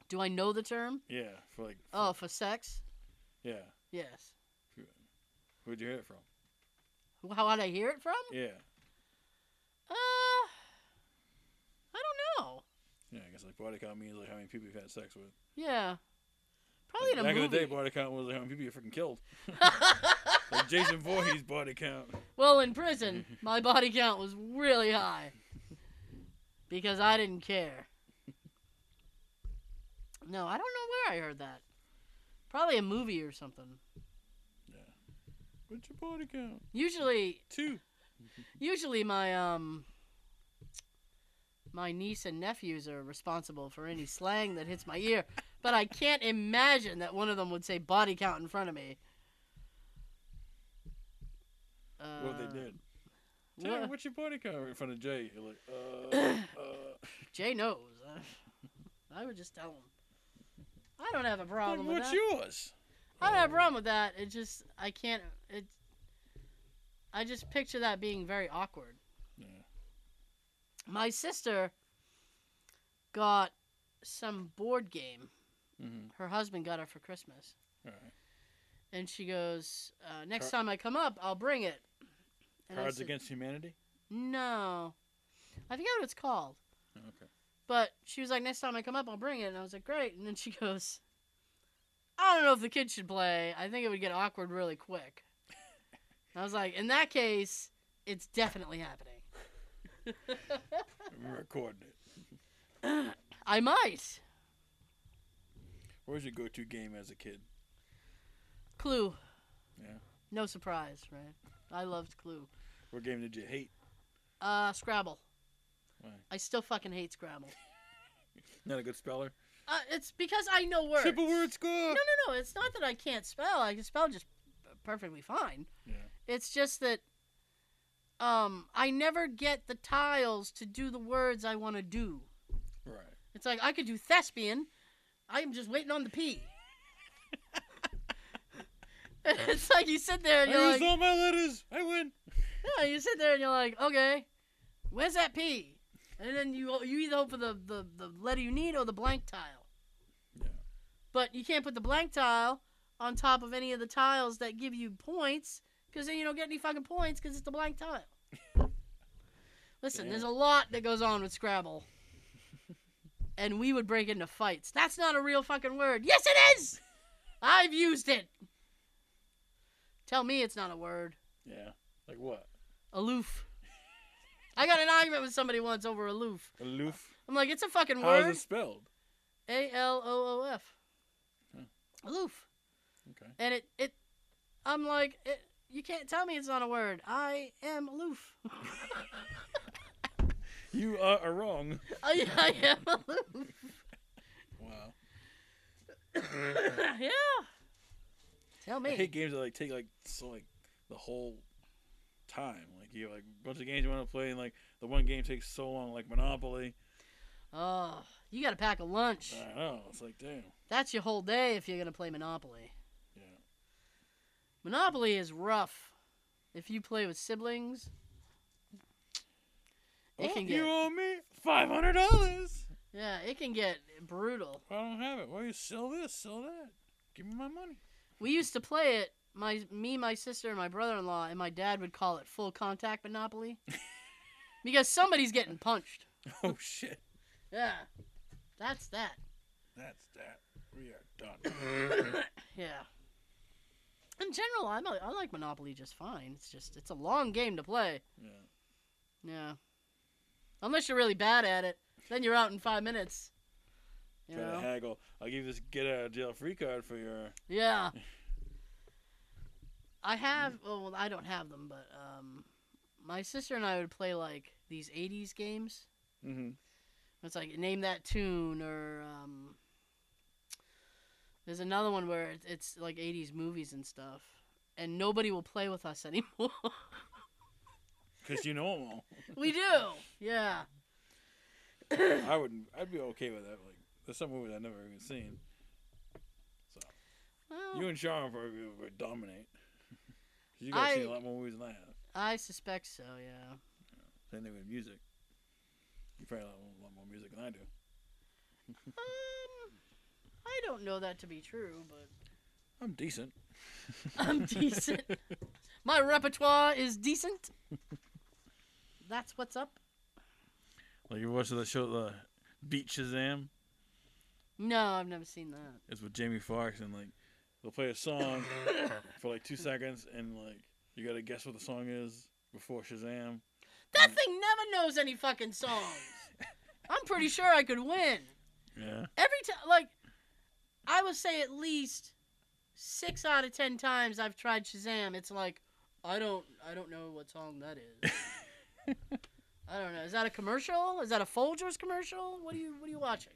S2: Do I know the term?
S3: Yeah. For like.
S2: Oh, for sex?
S3: Yeah.
S2: Yes.
S3: Where'd you hear it from?
S2: Wh- How would I hear it from?
S3: Yeah.
S2: Uh, I don't know.
S3: Yeah. I guess like body count means like how many people you've had sex with.
S2: Yeah. Probably
S3: Like,
S2: in a
S3: back
S2: movie.
S3: in the day, body count was like how many people you freaking killed. Like Jason Voorhees' body count.
S2: Well, in prison, my body count was really high because I didn't care. No, I don't know where I heard that. Probably a movie or something.
S3: What's your body count?
S2: Usually,
S3: Two.
S2: usually my um my niece and nephews are responsible for any slang that hits my ear, but I can't imagine that one of them would say body count in front of me. Uh,
S3: What they did. Jay,
S2: what-
S3: what's your body count in front of Jay? You're like, uh, uh,
S2: Jay knows. I would just tell him. I don't have a
S3: like,
S2: problem with
S3: what's
S2: that.
S3: yours?
S2: I don't have a
S3: Oh.
S2: problem with that. It just I can't. It. I just picture that being very awkward.
S3: Yeah.
S2: My sister got some board game.
S3: Mhm.
S2: Her husband got her for Christmas,
S3: All right.
S2: and she goes, uh, "Next
S3: Car-
S2: time I come up, I'll bring it." And I
S3: Cards
S2: said,
S3: Against Humanity?
S2: No, I forget what it's called.
S3: Oh, Okay.
S2: But she was like, next time I come up, I'll bring it. And I was like, great. And then she goes, I don't know if the kids should play. I think it would get awkward really quick. And I was like, in that case, it's definitely happening.
S3: We're recording it.
S2: I might.
S3: What was your go to game as a kid?
S2: Clue.
S3: Yeah.
S2: No surprise, right? I loved Clue.
S3: What game did you hate?
S2: Uh, Scrabble.
S3: Why?
S2: I still fucking hate Scrabble.
S3: Not a good speller?
S2: Uh, it's because I know words.
S3: Triple word
S2: No,
S3: score!
S2: no, no. It's not that I can't spell. I can spell just perfectly fine.
S3: Yeah.
S2: It's just that um I never get the tiles to do the words I want to do.
S3: Right.
S2: It's like I could do thespian. I'm just waiting on the P. it's like you sit there and
S3: I
S2: you're
S3: used
S2: like,
S3: all my letters! I win!
S2: yeah, you sit there and you're like, okay, where's that P? And then you you either hope for the, the, the letter you need or the blank tile.
S3: Yeah.
S2: But you can't put the blank tile on top of any of the tiles that give you points because then you don't get any fucking points because it's the blank tile. Listen,
S3: Yeah.
S2: there's a lot that goes on with Scrabble. and we would break into fights. That's not a real fucking word. Yes, it is! I've used it. Tell me it's not a word.
S3: Yeah. Like what?
S2: Aloof. I got an argument with somebody once over aloof.
S3: Aloof.
S2: I'm like, it's a fucking
S3: How is
S2: word.
S3: it spelled?
S2: A L O O F.
S3: Huh.
S2: Aloof.
S3: Okay.
S2: And it, it, I'm like, it, you can't tell me it's not a word. I am aloof.
S3: You are are wrong.
S2: I, I am aloof.
S3: Wow.
S2: yeah. Tell
S3: I hate
S2: me.
S3: games that like take like so like the whole time. Like you have like a bunch of games you want to play, and like the one game takes so long. Like Monopoly.
S2: Oh, you got to pack a lunch.
S3: I know. It's like damn.
S2: That's your whole day if you're gonna play Monopoly.
S3: Yeah.
S2: Monopoly is rough. If you play with siblings, It
S3: Oh,
S2: can get-
S3: you owe me five hundred dollars.
S2: yeah, it can get brutal.
S3: I don't have it. Well, you sell this, sell that. Give me my money.
S2: We used to play it. My me, my sister, and my brother-in-law, and my dad would call it full contact Monopoly, because somebody's getting punched.
S3: Oh shit.
S2: Yeah, that's that.
S3: That's that. We are done.
S2: yeah. In general, I'm a, I like Monopoly just fine. It's just it's a long game to play.
S3: yeah.
S2: Yeah. Unless you're really bad at it, then you're out in five minutes. You
S3: Try to
S2: know?
S3: haggle. I'll give you this get out of jail free card for your.
S2: Yeah. I have. Oh, well, I don't have them, but um, my sister and I would play like these '80s games.
S3: Mm-hmm.
S2: It's like name that tune or um. There's another one where it- it's like '80s movies and stuff, and nobody will play with us anymore.
S3: Cause you know 'em all.
S2: we do, yeah.
S3: I wouldn't. I'd be okay with that. Like, there's some movies I've never even seen.
S2: Well,
S3: You and Sean probably would dominate. You guys see a
S2: I-
S3: lot more movies than I have.
S2: I suspect so, yeah.
S3: Same thing with music. You probably have a lot more music than I do.
S2: Um, I don't know that to be true, but
S3: I'm decent.
S2: I'm decent. My repertoire is decent. That's what's up.
S3: Like you watch the show, the Beat Shazam.
S2: No, I've never seen that.
S3: It's with Jamie Foxx, and like they'll play a song for like two seconds, and like you gotta guess what the song is before Shazam.
S2: That thing never knows any fucking songs. I'm pretty sure I could win.
S3: Yeah.
S2: Every time, like, I would say at least six out of ten times I've tried Shazam. It's like, I don't, I don't know what song that is. I don't know. Is that a commercial? Is that a Folgers commercial? What are you, what are you watching?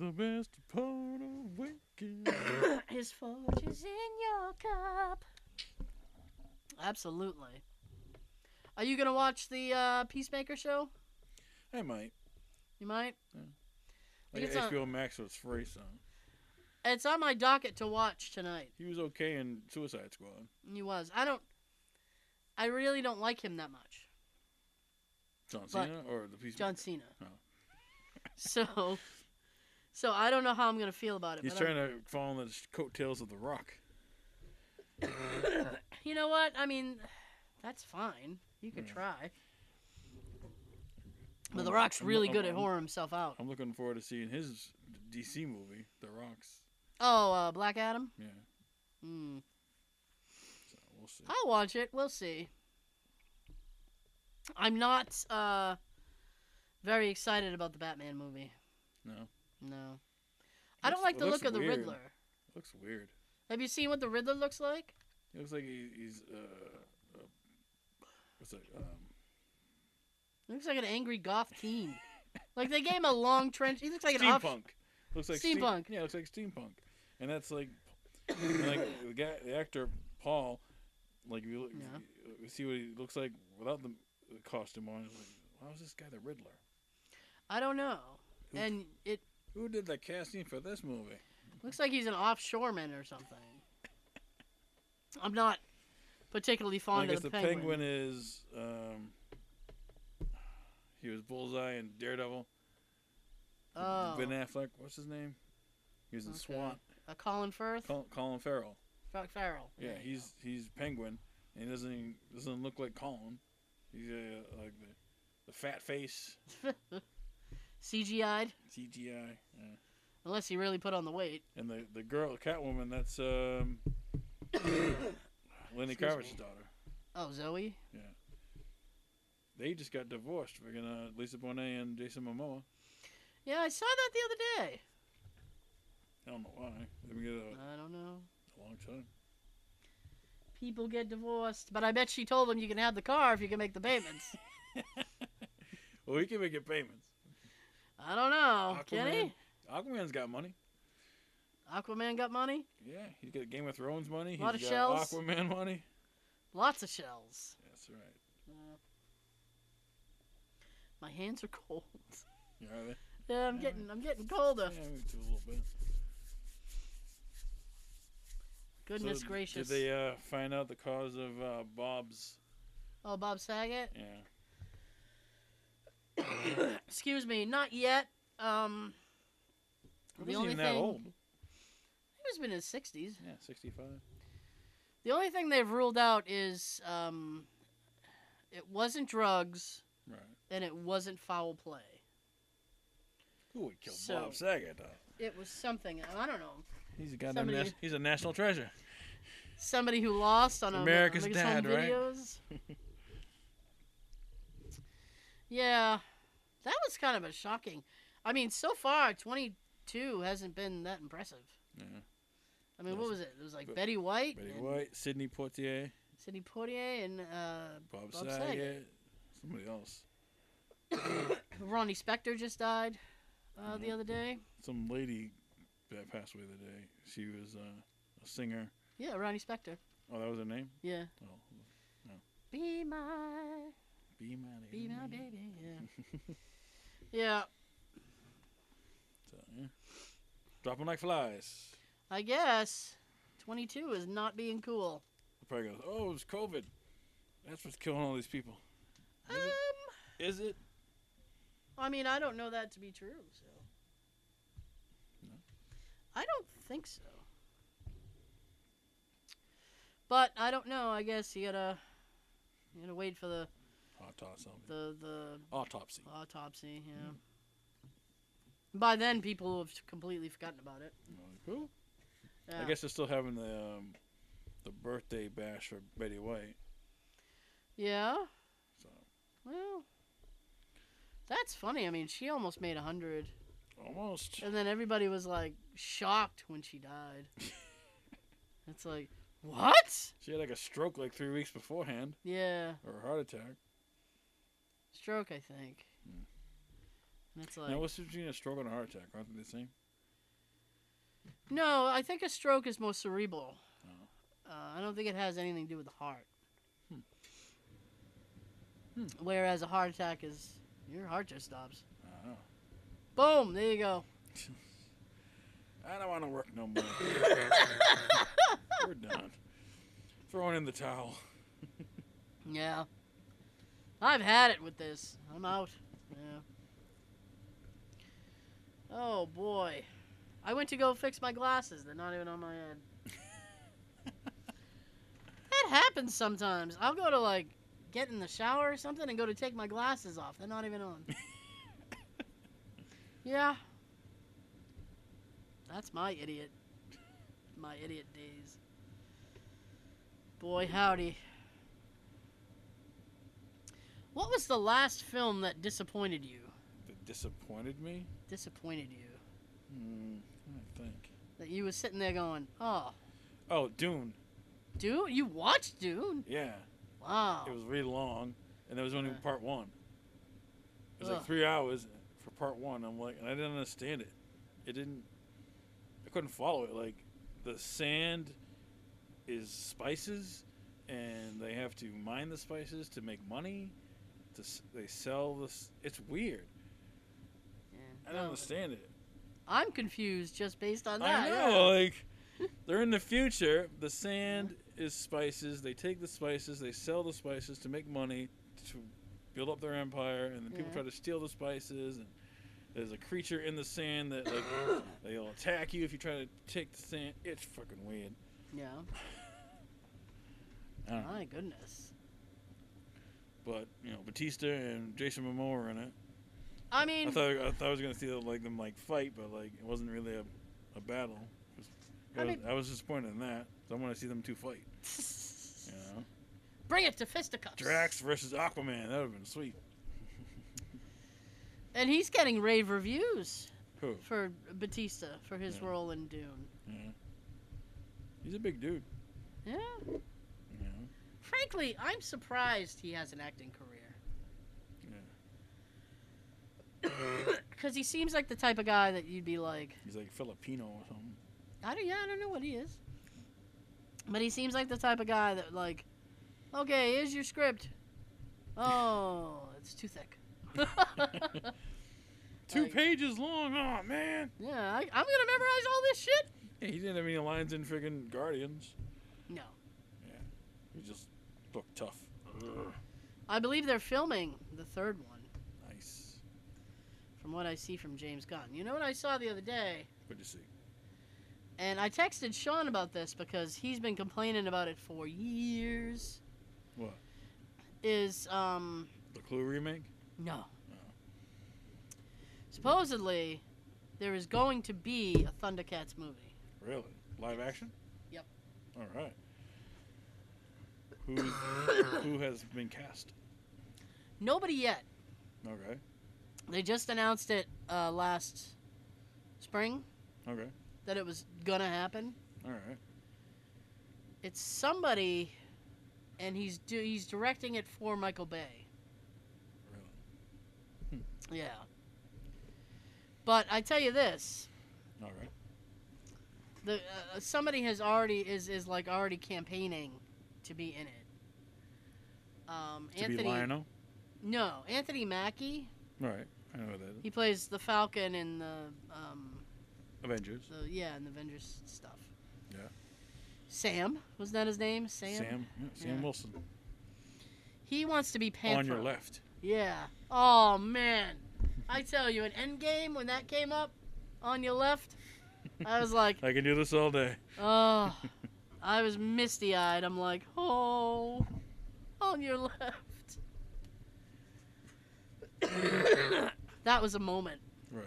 S3: The best part of waking.
S2: His fortune's in your cup. Absolutely. Are you gonna watch the uh, Peacemaker show?
S3: I might.
S2: You might.
S3: Hmm. Like
S2: It's on-
S3: HBO Max, so it's free. So
S2: It's on my docket to watch tonight.
S3: he was okay in Suicide Squad.
S2: He was. I don't. I really don't like him that much,
S3: John
S2: But-
S3: Cena or the Peacemaker.
S2: John Cena.
S3: Oh.
S2: so, so I don't know how I'm gonna feel about it.
S3: He's
S2: but I'm-
S3: trying to fall on the sh- coattails of The Rock.
S2: you know what? I mean, that's fine. You could
S3: Yeah.
S2: try.
S3: I'm-
S2: But The Rock's
S3: Hmm. I'm-
S2: really
S3: I'm-
S2: good at
S3: I'm-
S2: whoring himself out.
S3: I'm looking forward to seeing his DC movie, The Rock's.
S2: Oh, uh, Black Adam.
S3: Yeah,
S2: Hmm.
S3: so we'll see.
S2: I'll watch it. We'll see. I'm not uh, very excited about the Batman movie.
S3: No,
S2: No, I don't
S3: Looks-
S2: like the
S3: looks
S2: look of the
S3: weird.
S2: Riddler.
S3: looks weird.
S2: Have you seen what the Riddler looks like?
S3: It looks like he, he's uh, uh, what's it? Um,
S2: looks like an angry goth teen. like they gave him a long trench. He looks like an off-
S3: steampunk. Looks like steam-
S2: Steampunk.
S3: yeah, looks like steampunk, and that's like, and, like the guy, the actor Paul. Like if you, look,
S2: Yeah.
S3: if you see what he looks like without the the costume on. It's like, why was this guy the Riddler?
S2: I don't know.
S3: Who-
S2: And it
S3: Who did the casting for this movie?
S2: looks like he's an offshoreman or something. I'm not particularly
S3: I
S2: fond
S3: guess
S2: of the,
S3: the penguin, is um, he was Bullseye and Daredevil.
S2: Oh,
S3: Ben Affleck, what's his name? He was in
S2: Okay.
S3: SWAT.
S2: a Colin Firth,
S3: Col- Colin Farrell.
S2: Fuck Farrell.
S3: Yeah,
S2: There you
S3: he's he's Penguin, and he doesn't even, doesn't look like Colin. He's uh, like the, the fat face
S2: CGI'd,
S3: CGI. Yeah.
S2: unless he really put on the weight.
S3: uh, And the the girl Catwoman, that's um, Lenny
S2: Excuse
S3: Kravitz's
S2: me.
S3: daughter.
S2: Oh, Zoe.
S3: they just got divorced. We're gonna Lisa Bonet and Jason Momoa.
S2: Yeah, I saw that the other day.
S3: I don't know why. They've been together
S2: I don't know.
S3: a long time.
S2: People get divorced, but I bet she told him you can have the car if you can make the payments.
S3: Well, he can make it payments.
S2: I don't know. Oh, Can
S3: Aquaman.
S2: he?
S3: Aquaman's got money.
S2: Aquaman got money?
S3: Yeah, he's got Game of Thrones money.
S2: Lot
S3: he's
S2: of
S3: got
S2: shells.
S3: Aquaman money.
S2: Lots of shells.
S3: That's right.
S2: Uh, my hands are cold.
S3: You all right
S2: Yeah, I'm getting I'm getting colder.
S3: there? Yeah, me too, a little bit. So
S2: Goodness
S3: d-
S2: gracious.
S3: Did they uh, find out the cause of uh, Bob's?
S2: Oh, Bob Saget?
S3: Yeah.
S2: Excuse me, not yet. Um
S3: He
S2: The
S3: wasn't
S2: only
S3: even that
S2: thing-
S3: old.
S2: he was been in his 60s.
S3: Yeah, 65.
S2: The only thing they've ruled out is um it wasn't drugs
S3: Right.
S2: and it wasn't foul play.
S3: Who would kill
S2: So-
S3: Bob Saget? Though?
S2: It was something, I don't know.
S3: He's a goddamn
S2: Somebody-
S3: nas- he's a national treasure.
S2: somebody who lost on a-
S3: America's
S2: Home
S3: Dad, right?
S2: videos. yeah, that was kind of a shocking. I mean, so far, 22 hasn't been that impressive.
S3: Yeah.
S2: I mean,
S3: Yes.
S2: what was it? It was like
S3: But-
S2: Betty White,
S3: Betty
S2: and
S3: White, Sidney Poitier,
S2: Sidney Poitier, and uh,
S3: Bob,
S2: Bob
S3: Saget,
S2: Saget.
S3: somebody else,
S2: Ronnie Spector just died uh, the
S3: Mhm.
S2: other day.
S3: some lady that passed away the day. She was uh, a singer.
S2: Yeah, Ronnie Spector.
S3: Oh, that was her name.
S2: Yeah.
S3: Oh,
S2: Be my,
S3: be my
S2: be my
S3: enemy.
S2: baby. Yeah. yeah,
S3: So, uh, yeah. Drop 'em like flies.
S2: I guess 22 is not being cool.
S3: The probably goes, oh, it was COVID. That's what's killing all these people.
S2: Um,
S3: Is it? Is it?
S2: I mean, I don't know that to be true, so.
S3: No?
S2: I don't think so. But I don't know. I guess you gotta, you gotta wait for the
S3: Autopsy.
S2: the the
S3: Autopsy.
S2: autopsy. Yeah. By then, people will have completely forgotten about it.
S3: Cool.
S2: Yeah.
S3: I guess they're still having the um, the birthday bash for Betty White.
S2: Yeah.
S3: So,
S2: Well. That's funny. I mean, she almost made a hundred,
S3: almost.
S2: and then everybody was like shocked when she died. it's like, what?
S3: She had like a stroke like three weeks beforehand,
S2: Yeah,
S3: or a heart attack.
S2: stroke, I think.
S3: Mm.
S2: And it's like
S3: now, what's the difference between a stroke and a heart attack? Aren't they the same?
S2: no, I think a stroke is more cerebral.
S3: Oh.
S2: Uh, I don't think it has anything to do with the heart.
S3: Hmm. Hmm.
S2: Whereas a heart attack is your heart just stops.
S3: I don't know.
S2: Boom! There you go.
S3: I don't want to work no more. We're done. Throwing in the towel.
S2: Yeah, I've had it with this. I'm out. Yeah. Oh boy, I went to go fix my glasses. They're not even on my head. That happens sometimes. I'll go to like get in the shower or something and go to take my glasses off. They're not even on. yeah. That's my idiot. My idiot days. Boy, howdy. What was the last film that disappointed you?
S3: That disappointed me.
S2: Disappointed you? Mm,
S3: Hmm. I think.
S2: That you was sitting there going, oh,
S3: Oh, Dune.
S2: Dune? You watched Dune?
S3: Yeah.
S2: Wow.
S3: It was really long, and that was only
S2: Oh. Yeah.
S3: part one. It was
S2: Ugh.
S3: like three hours for part one. I'm like, and I didn't understand it. It didn't. I couldn't follow it. Like, the sand is spices, and they have to mine the spices to make money. To s- they sell this. It's weird.
S2: Yeah.
S3: I don't
S2: Oh,
S3: understand it.
S2: I'm confused just based on that.
S3: I know.
S2: yeah.
S3: Like, they're in the future. The sand is spices. They take the spices. They sell the spices to make money to build up their empire, and then people
S2: Yeah.
S3: try to steal the spices. And there's a creature in the sand that like they'll attack you if you try to take the sand. It's fucking weird.
S2: Yeah.
S3: I don't know.
S2: My goodness.
S3: But you know, Batista and Jason Momoa are in it.
S2: I
S3: I
S2: mean,
S3: thought I, thought I was gonna see like them like fight, but like it wasn't really a, a battle. Just- I
S2: I
S3: was,
S2: mean-
S3: I was disappointed in that. So I want to see them two fight. You know?
S2: Bring it to fisticuffs.
S3: Drax versus Aquaman. That would have been sweet.
S2: And he's getting rave reviews
S3: Who?
S2: for Batista for his
S3: Yeah.
S2: role in Dune.
S3: Yeah. He's a big dude.
S2: Yeah.
S3: Yeah.
S2: Frankly, I'm surprised he has an acting career. Because he seems like the type of guy that you'd be like,
S3: He's like Filipino or something.
S2: I don't, yeah, I don't know what he is. But he seems like the type of guy that, like, okay, here's your script. Oh, it's too thick.
S3: Two
S2: Like-
S3: pages long. Oh man.
S2: yeah, I, I'm going to memorize all this shit?
S3: Yeah, he didn't have any lines in friggin' Guardians.
S2: No.
S3: He just looked tough. Ugh.
S2: I believe they're filming the third one,
S3: Nice.
S2: from what I see from James Gunn. You know what I saw the other day?
S3: Good to see.
S2: And I texted Sean about this because he's been complaining about it for years.
S3: What?
S2: Is, um,
S3: The Clue remake.
S2: no. Supposedly, there is going to be a Thundercats movie.
S3: Really? Live action?
S2: Yep.
S3: All right. Who who has been cast?
S2: Nobody yet.
S3: Okay.
S2: They just announced it uh, last spring
S3: Okay.
S2: that it was gonna happen.
S3: All right.
S2: It's somebody, and he's do- he's directing it for Michael Bay.
S3: Really?
S2: Yeah. But I tell you this,
S3: All right.
S2: the uh, somebody has already is is like already campaigning to be in it. Um,
S3: To
S2: Anthony,
S3: be Lionel.
S2: no, Anthony Mackie.
S3: All right. I know what that is.
S2: He plays the Falcon in the um,
S3: Avengers.
S2: the yeah, in the Avengers stuff.
S3: Yeah.
S2: Sam was that his name? Sam.
S3: Sam. yeah, Sam
S2: Yeah.
S3: Wilson.
S2: He wants to be Panther.
S3: On your left.
S2: Yeah. Oh man, I tell you, in Endgame when that came up, on your left, I was like,
S3: I can do this all day.
S2: oh, I was misty eyed. I'm like, oh, on your left. that was a moment.
S3: Right.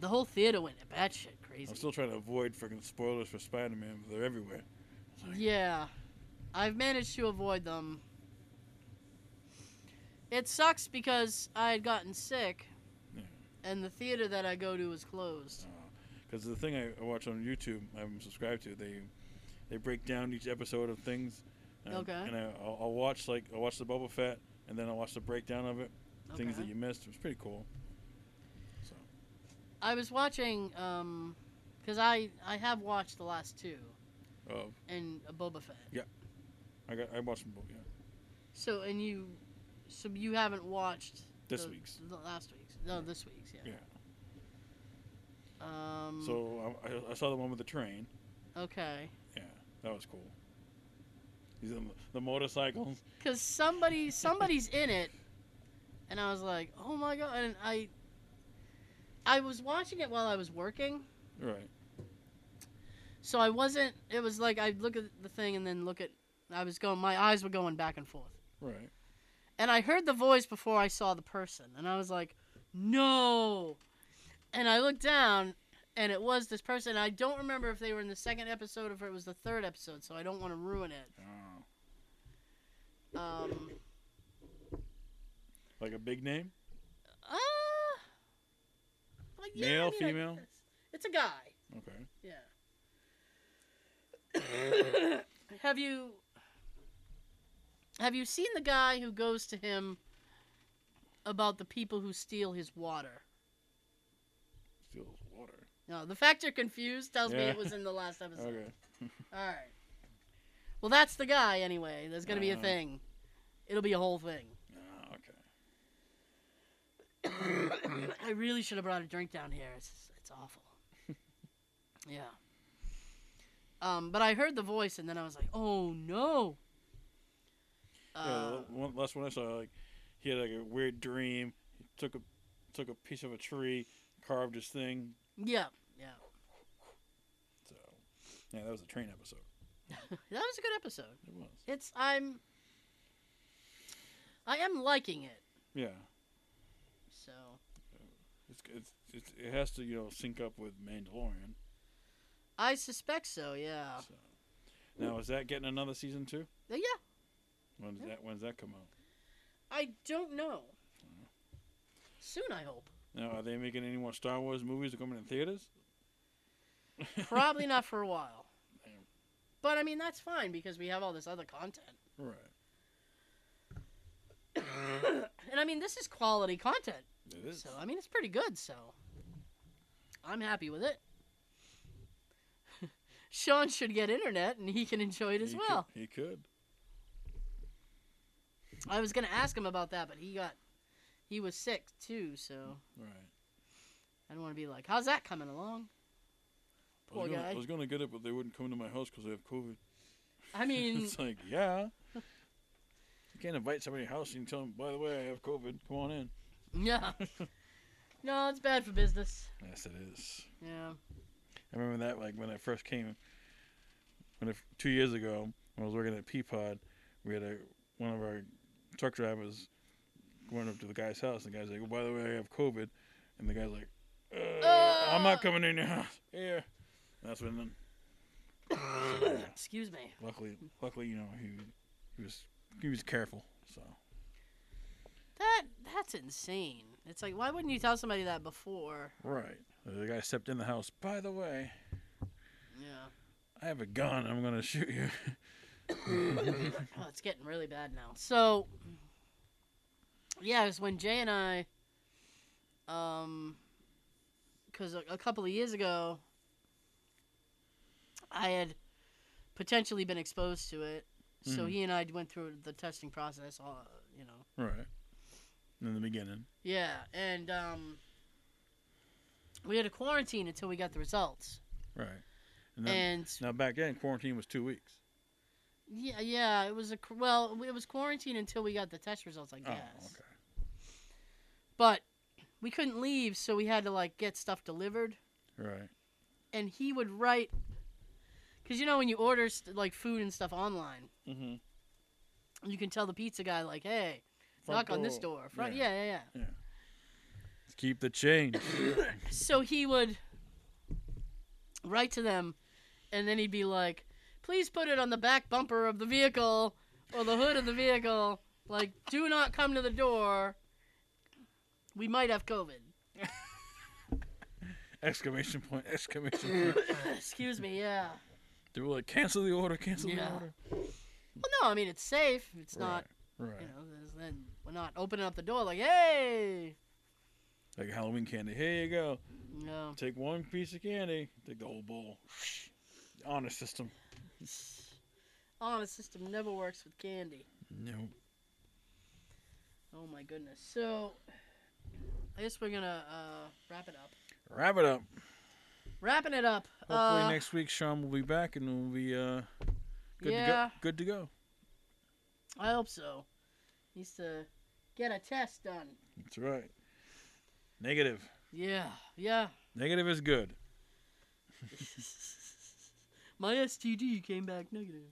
S2: The whole theater went batshit crazy.
S3: I'm still trying to avoid freaking spoilers for Spider-Man, but they're everywhere.
S2: Yeah. I've managed to avoid them. It sucks because I had gotten sick
S3: Yeah.
S2: and the theater that I go to is closed.
S3: Because the thing I I watch on YouTube, I'm subscribed to. They they break down each episode of things. And,
S2: Okay.
S3: And I, I'll, I'll watch like I'll watch the Boba Fett, and then I'll watch the breakdown of it. Things
S2: Okay.
S3: that you missed. It was pretty cool. So
S2: I was watching um cuz I I have watched the last two
S3: uh,
S2: and Boba Fett.
S3: I got I watched them both. Yeah.
S2: So and you so you haven't watched
S3: This
S2: the-
S3: week's.
S2: the last week's. No,
S3: Yeah.
S2: this week's, yeah.
S3: Yeah.
S2: Um
S3: So I- I, I saw the one with the train.
S2: okay.
S3: Yeah, that was cool. He's in the, the motorcycles.
S2: because somebody somebody's in it, and I was like, oh my god! And I I was watching it while I was working,
S3: Right.
S2: so I wasn't. It was like I'd look at the thing and then look at. I was going. My eyes were going back and forth,
S3: Right.
S2: and I heard the voice before I saw the person, and I was like, no. And I looked down, and it was this person. I don't remember if they were in the second episode or if it was the third episode, so I don't want to ruin it.
S3: Oh.
S2: Um,
S3: Like a big name.
S2: Uh, well, yeah, I
S3: Male,
S2: mean, I
S3: female?
S2: guess. It's a guy.
S3: Okay.
S2: Yeah. have you have you seen the guy who goes to him about the people who steal his water?
S3: Steals water.
S2: No, the fact you're confused tells me
S3: Yeah.
S2: it was in the last episode.
S3: Okay.
S2: All right. Well, that's the guy anyway. There's gonna be a
S3: Uh.
S2: thing. It'll be a whole thing.
S3: Ah, okay.
S2: I really should have brought a drink down here. It's it's awful. yeah. Um, but I heard the voice, and then I was like, "Oh no!"
S3: yeah,
S2: Uh,
S3: the one, last one I saw, like he had like a weird dream. He took a took a piece of a tree, carved his thing.
S2: yeah, yeah.
S3: So yeah, that was a train episode.
S2: That was a good episode.
S3: It was.
S2: It's I'm, I am liking it.
S3: Yeah.
S2: So
S3: It's, it's, it's it has to you know sync up with Mandalorian.
S2: I suspect so. Yeah.
S3: So. Now is that getting another season too?
S2: Uh, Yeah.
S3: When's that? When's that come out?
S2: I don't know. Soon, I hope.
S3: Now, are they making any more Star Wars movies that coming in theaters?
S2: Probably not for a while.
S3: Damn.
S2: But I mean, that's fine because we have all this other content.
S3: Right.
S2: and I mean, this is quality content.
S3: It is.
S2: So, I mean, it's pretty good, so I'm happy with it. Sean should get internet and he can enjoy it as
S3: He could-
S2: well.
S3: he could.
S2: I was going to ask him about that, but he got he was sick too, so
S3: Right.
S2: I don't want to be like, "How's that coming along?"
S3: I
S2: Poor
S3: was gonna,
S2: guy.
S3: I was gonna get it, but they wouldn't come to my house because I have COVID.
S2: I mean,
S3: it's like, yeah. You can't invite somebody to your house and tell them, by the way, I have COVID. Come on in.
S2: yeah. No, it's bad for business.
S3: Yes, it is.
S2: Yeah.
S3: I remember that like when I first came, when I, two years ago when I was working at Peapod, we had a one of our truck drivers going up to the guy's house. And the guy's like, oh, "By the way, I have COVID," and the guy's like, uh, "I'm
S2: Ah.
S3: not coming in your house." Here, and that's when. Then,
S2: Excuse me.
S3: luckily, luckily, you know he he was he was careful. So
S2: That that's insane. It's like, why wouldn't you tell somebody that before?
S3: right, the guy stepped in the house. By the way,
S2: Yeah.
S3: I have a gun. I'm gonna shoot you.
S2: Oh, it's getting really bad now. So, yeah, it was when Jay and I, um, because a, a couple of years ago, I had potentially been exposed to it. So
S3: Mhm.
S2: he and I went through the testing process. All you know.
S3: right, in the beginning.
S2: Yeah, and um, we had to quarantine until we got the results.
S3: Right. And then,
S2: and
S3: now back then, quarantine was two weeks.
S2: yeah, yeah, it was a qu- well, it was quarantine until we got the test results. I
S3: Oh,
S2: guess.
S3: okay.
S2: but we couldn't leave, so we had to like get stuff delivered.
S3: Right.
S2: And he would write, because you know when you order st- like food and stuff online,
S3: Mm-hmm.
S2: you can tell the pizza guy like, "Hey, knock on this door, front." Yeah, yeah, yeah.
S3: Keep the change.
S2: So he would write to them, and then he'd be like, "Please put it on the back bumper of the vehicle or the hood of the vehicle. Like, do not come to the door. We might have COVID."
S3: exclamation point! Exclamation point!
S2: Excuse me. Yeah.
S3: They were like, cancel the order, cancel the
S2: Yeah.
S3: order.
S2: Well, no, I mean it's safe. It's not
S3: Right.
S2: you know, there's- then we're not opening up the door like, hey,
S3: Like Halloween candy. Here you go.
S2: no.
S3: Take one piece of candy. Take the whole bowl. Honor system.
S2: Honest Oh, system never works with candy.
S3: No.
S2: Oh my goodness. So, I guess we're gonna uh, wrap it up.
S3: Wrap it up.
S2: Wrapping it up.
S3: Hopefully
S2: uh,
S3: next week Sean will be back and we'll be uh good to go.
S2: yeah,
S3: Good to go.
S2: I hope so. Needs to get a test done.
S3: That's right. Negative.
S2: Yeah, yeah.
S3: Negative is good.
S2: my STD came back negative.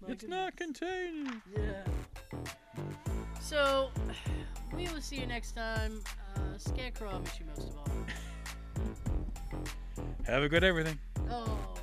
S2: My
S3: it's not
S2: goodness.
S3: contagious.
S2: Yeah. So, we will see you next time. Uh, Scarecrow, I miss you most of all.
S3: Have a good everything.
S2: Oh.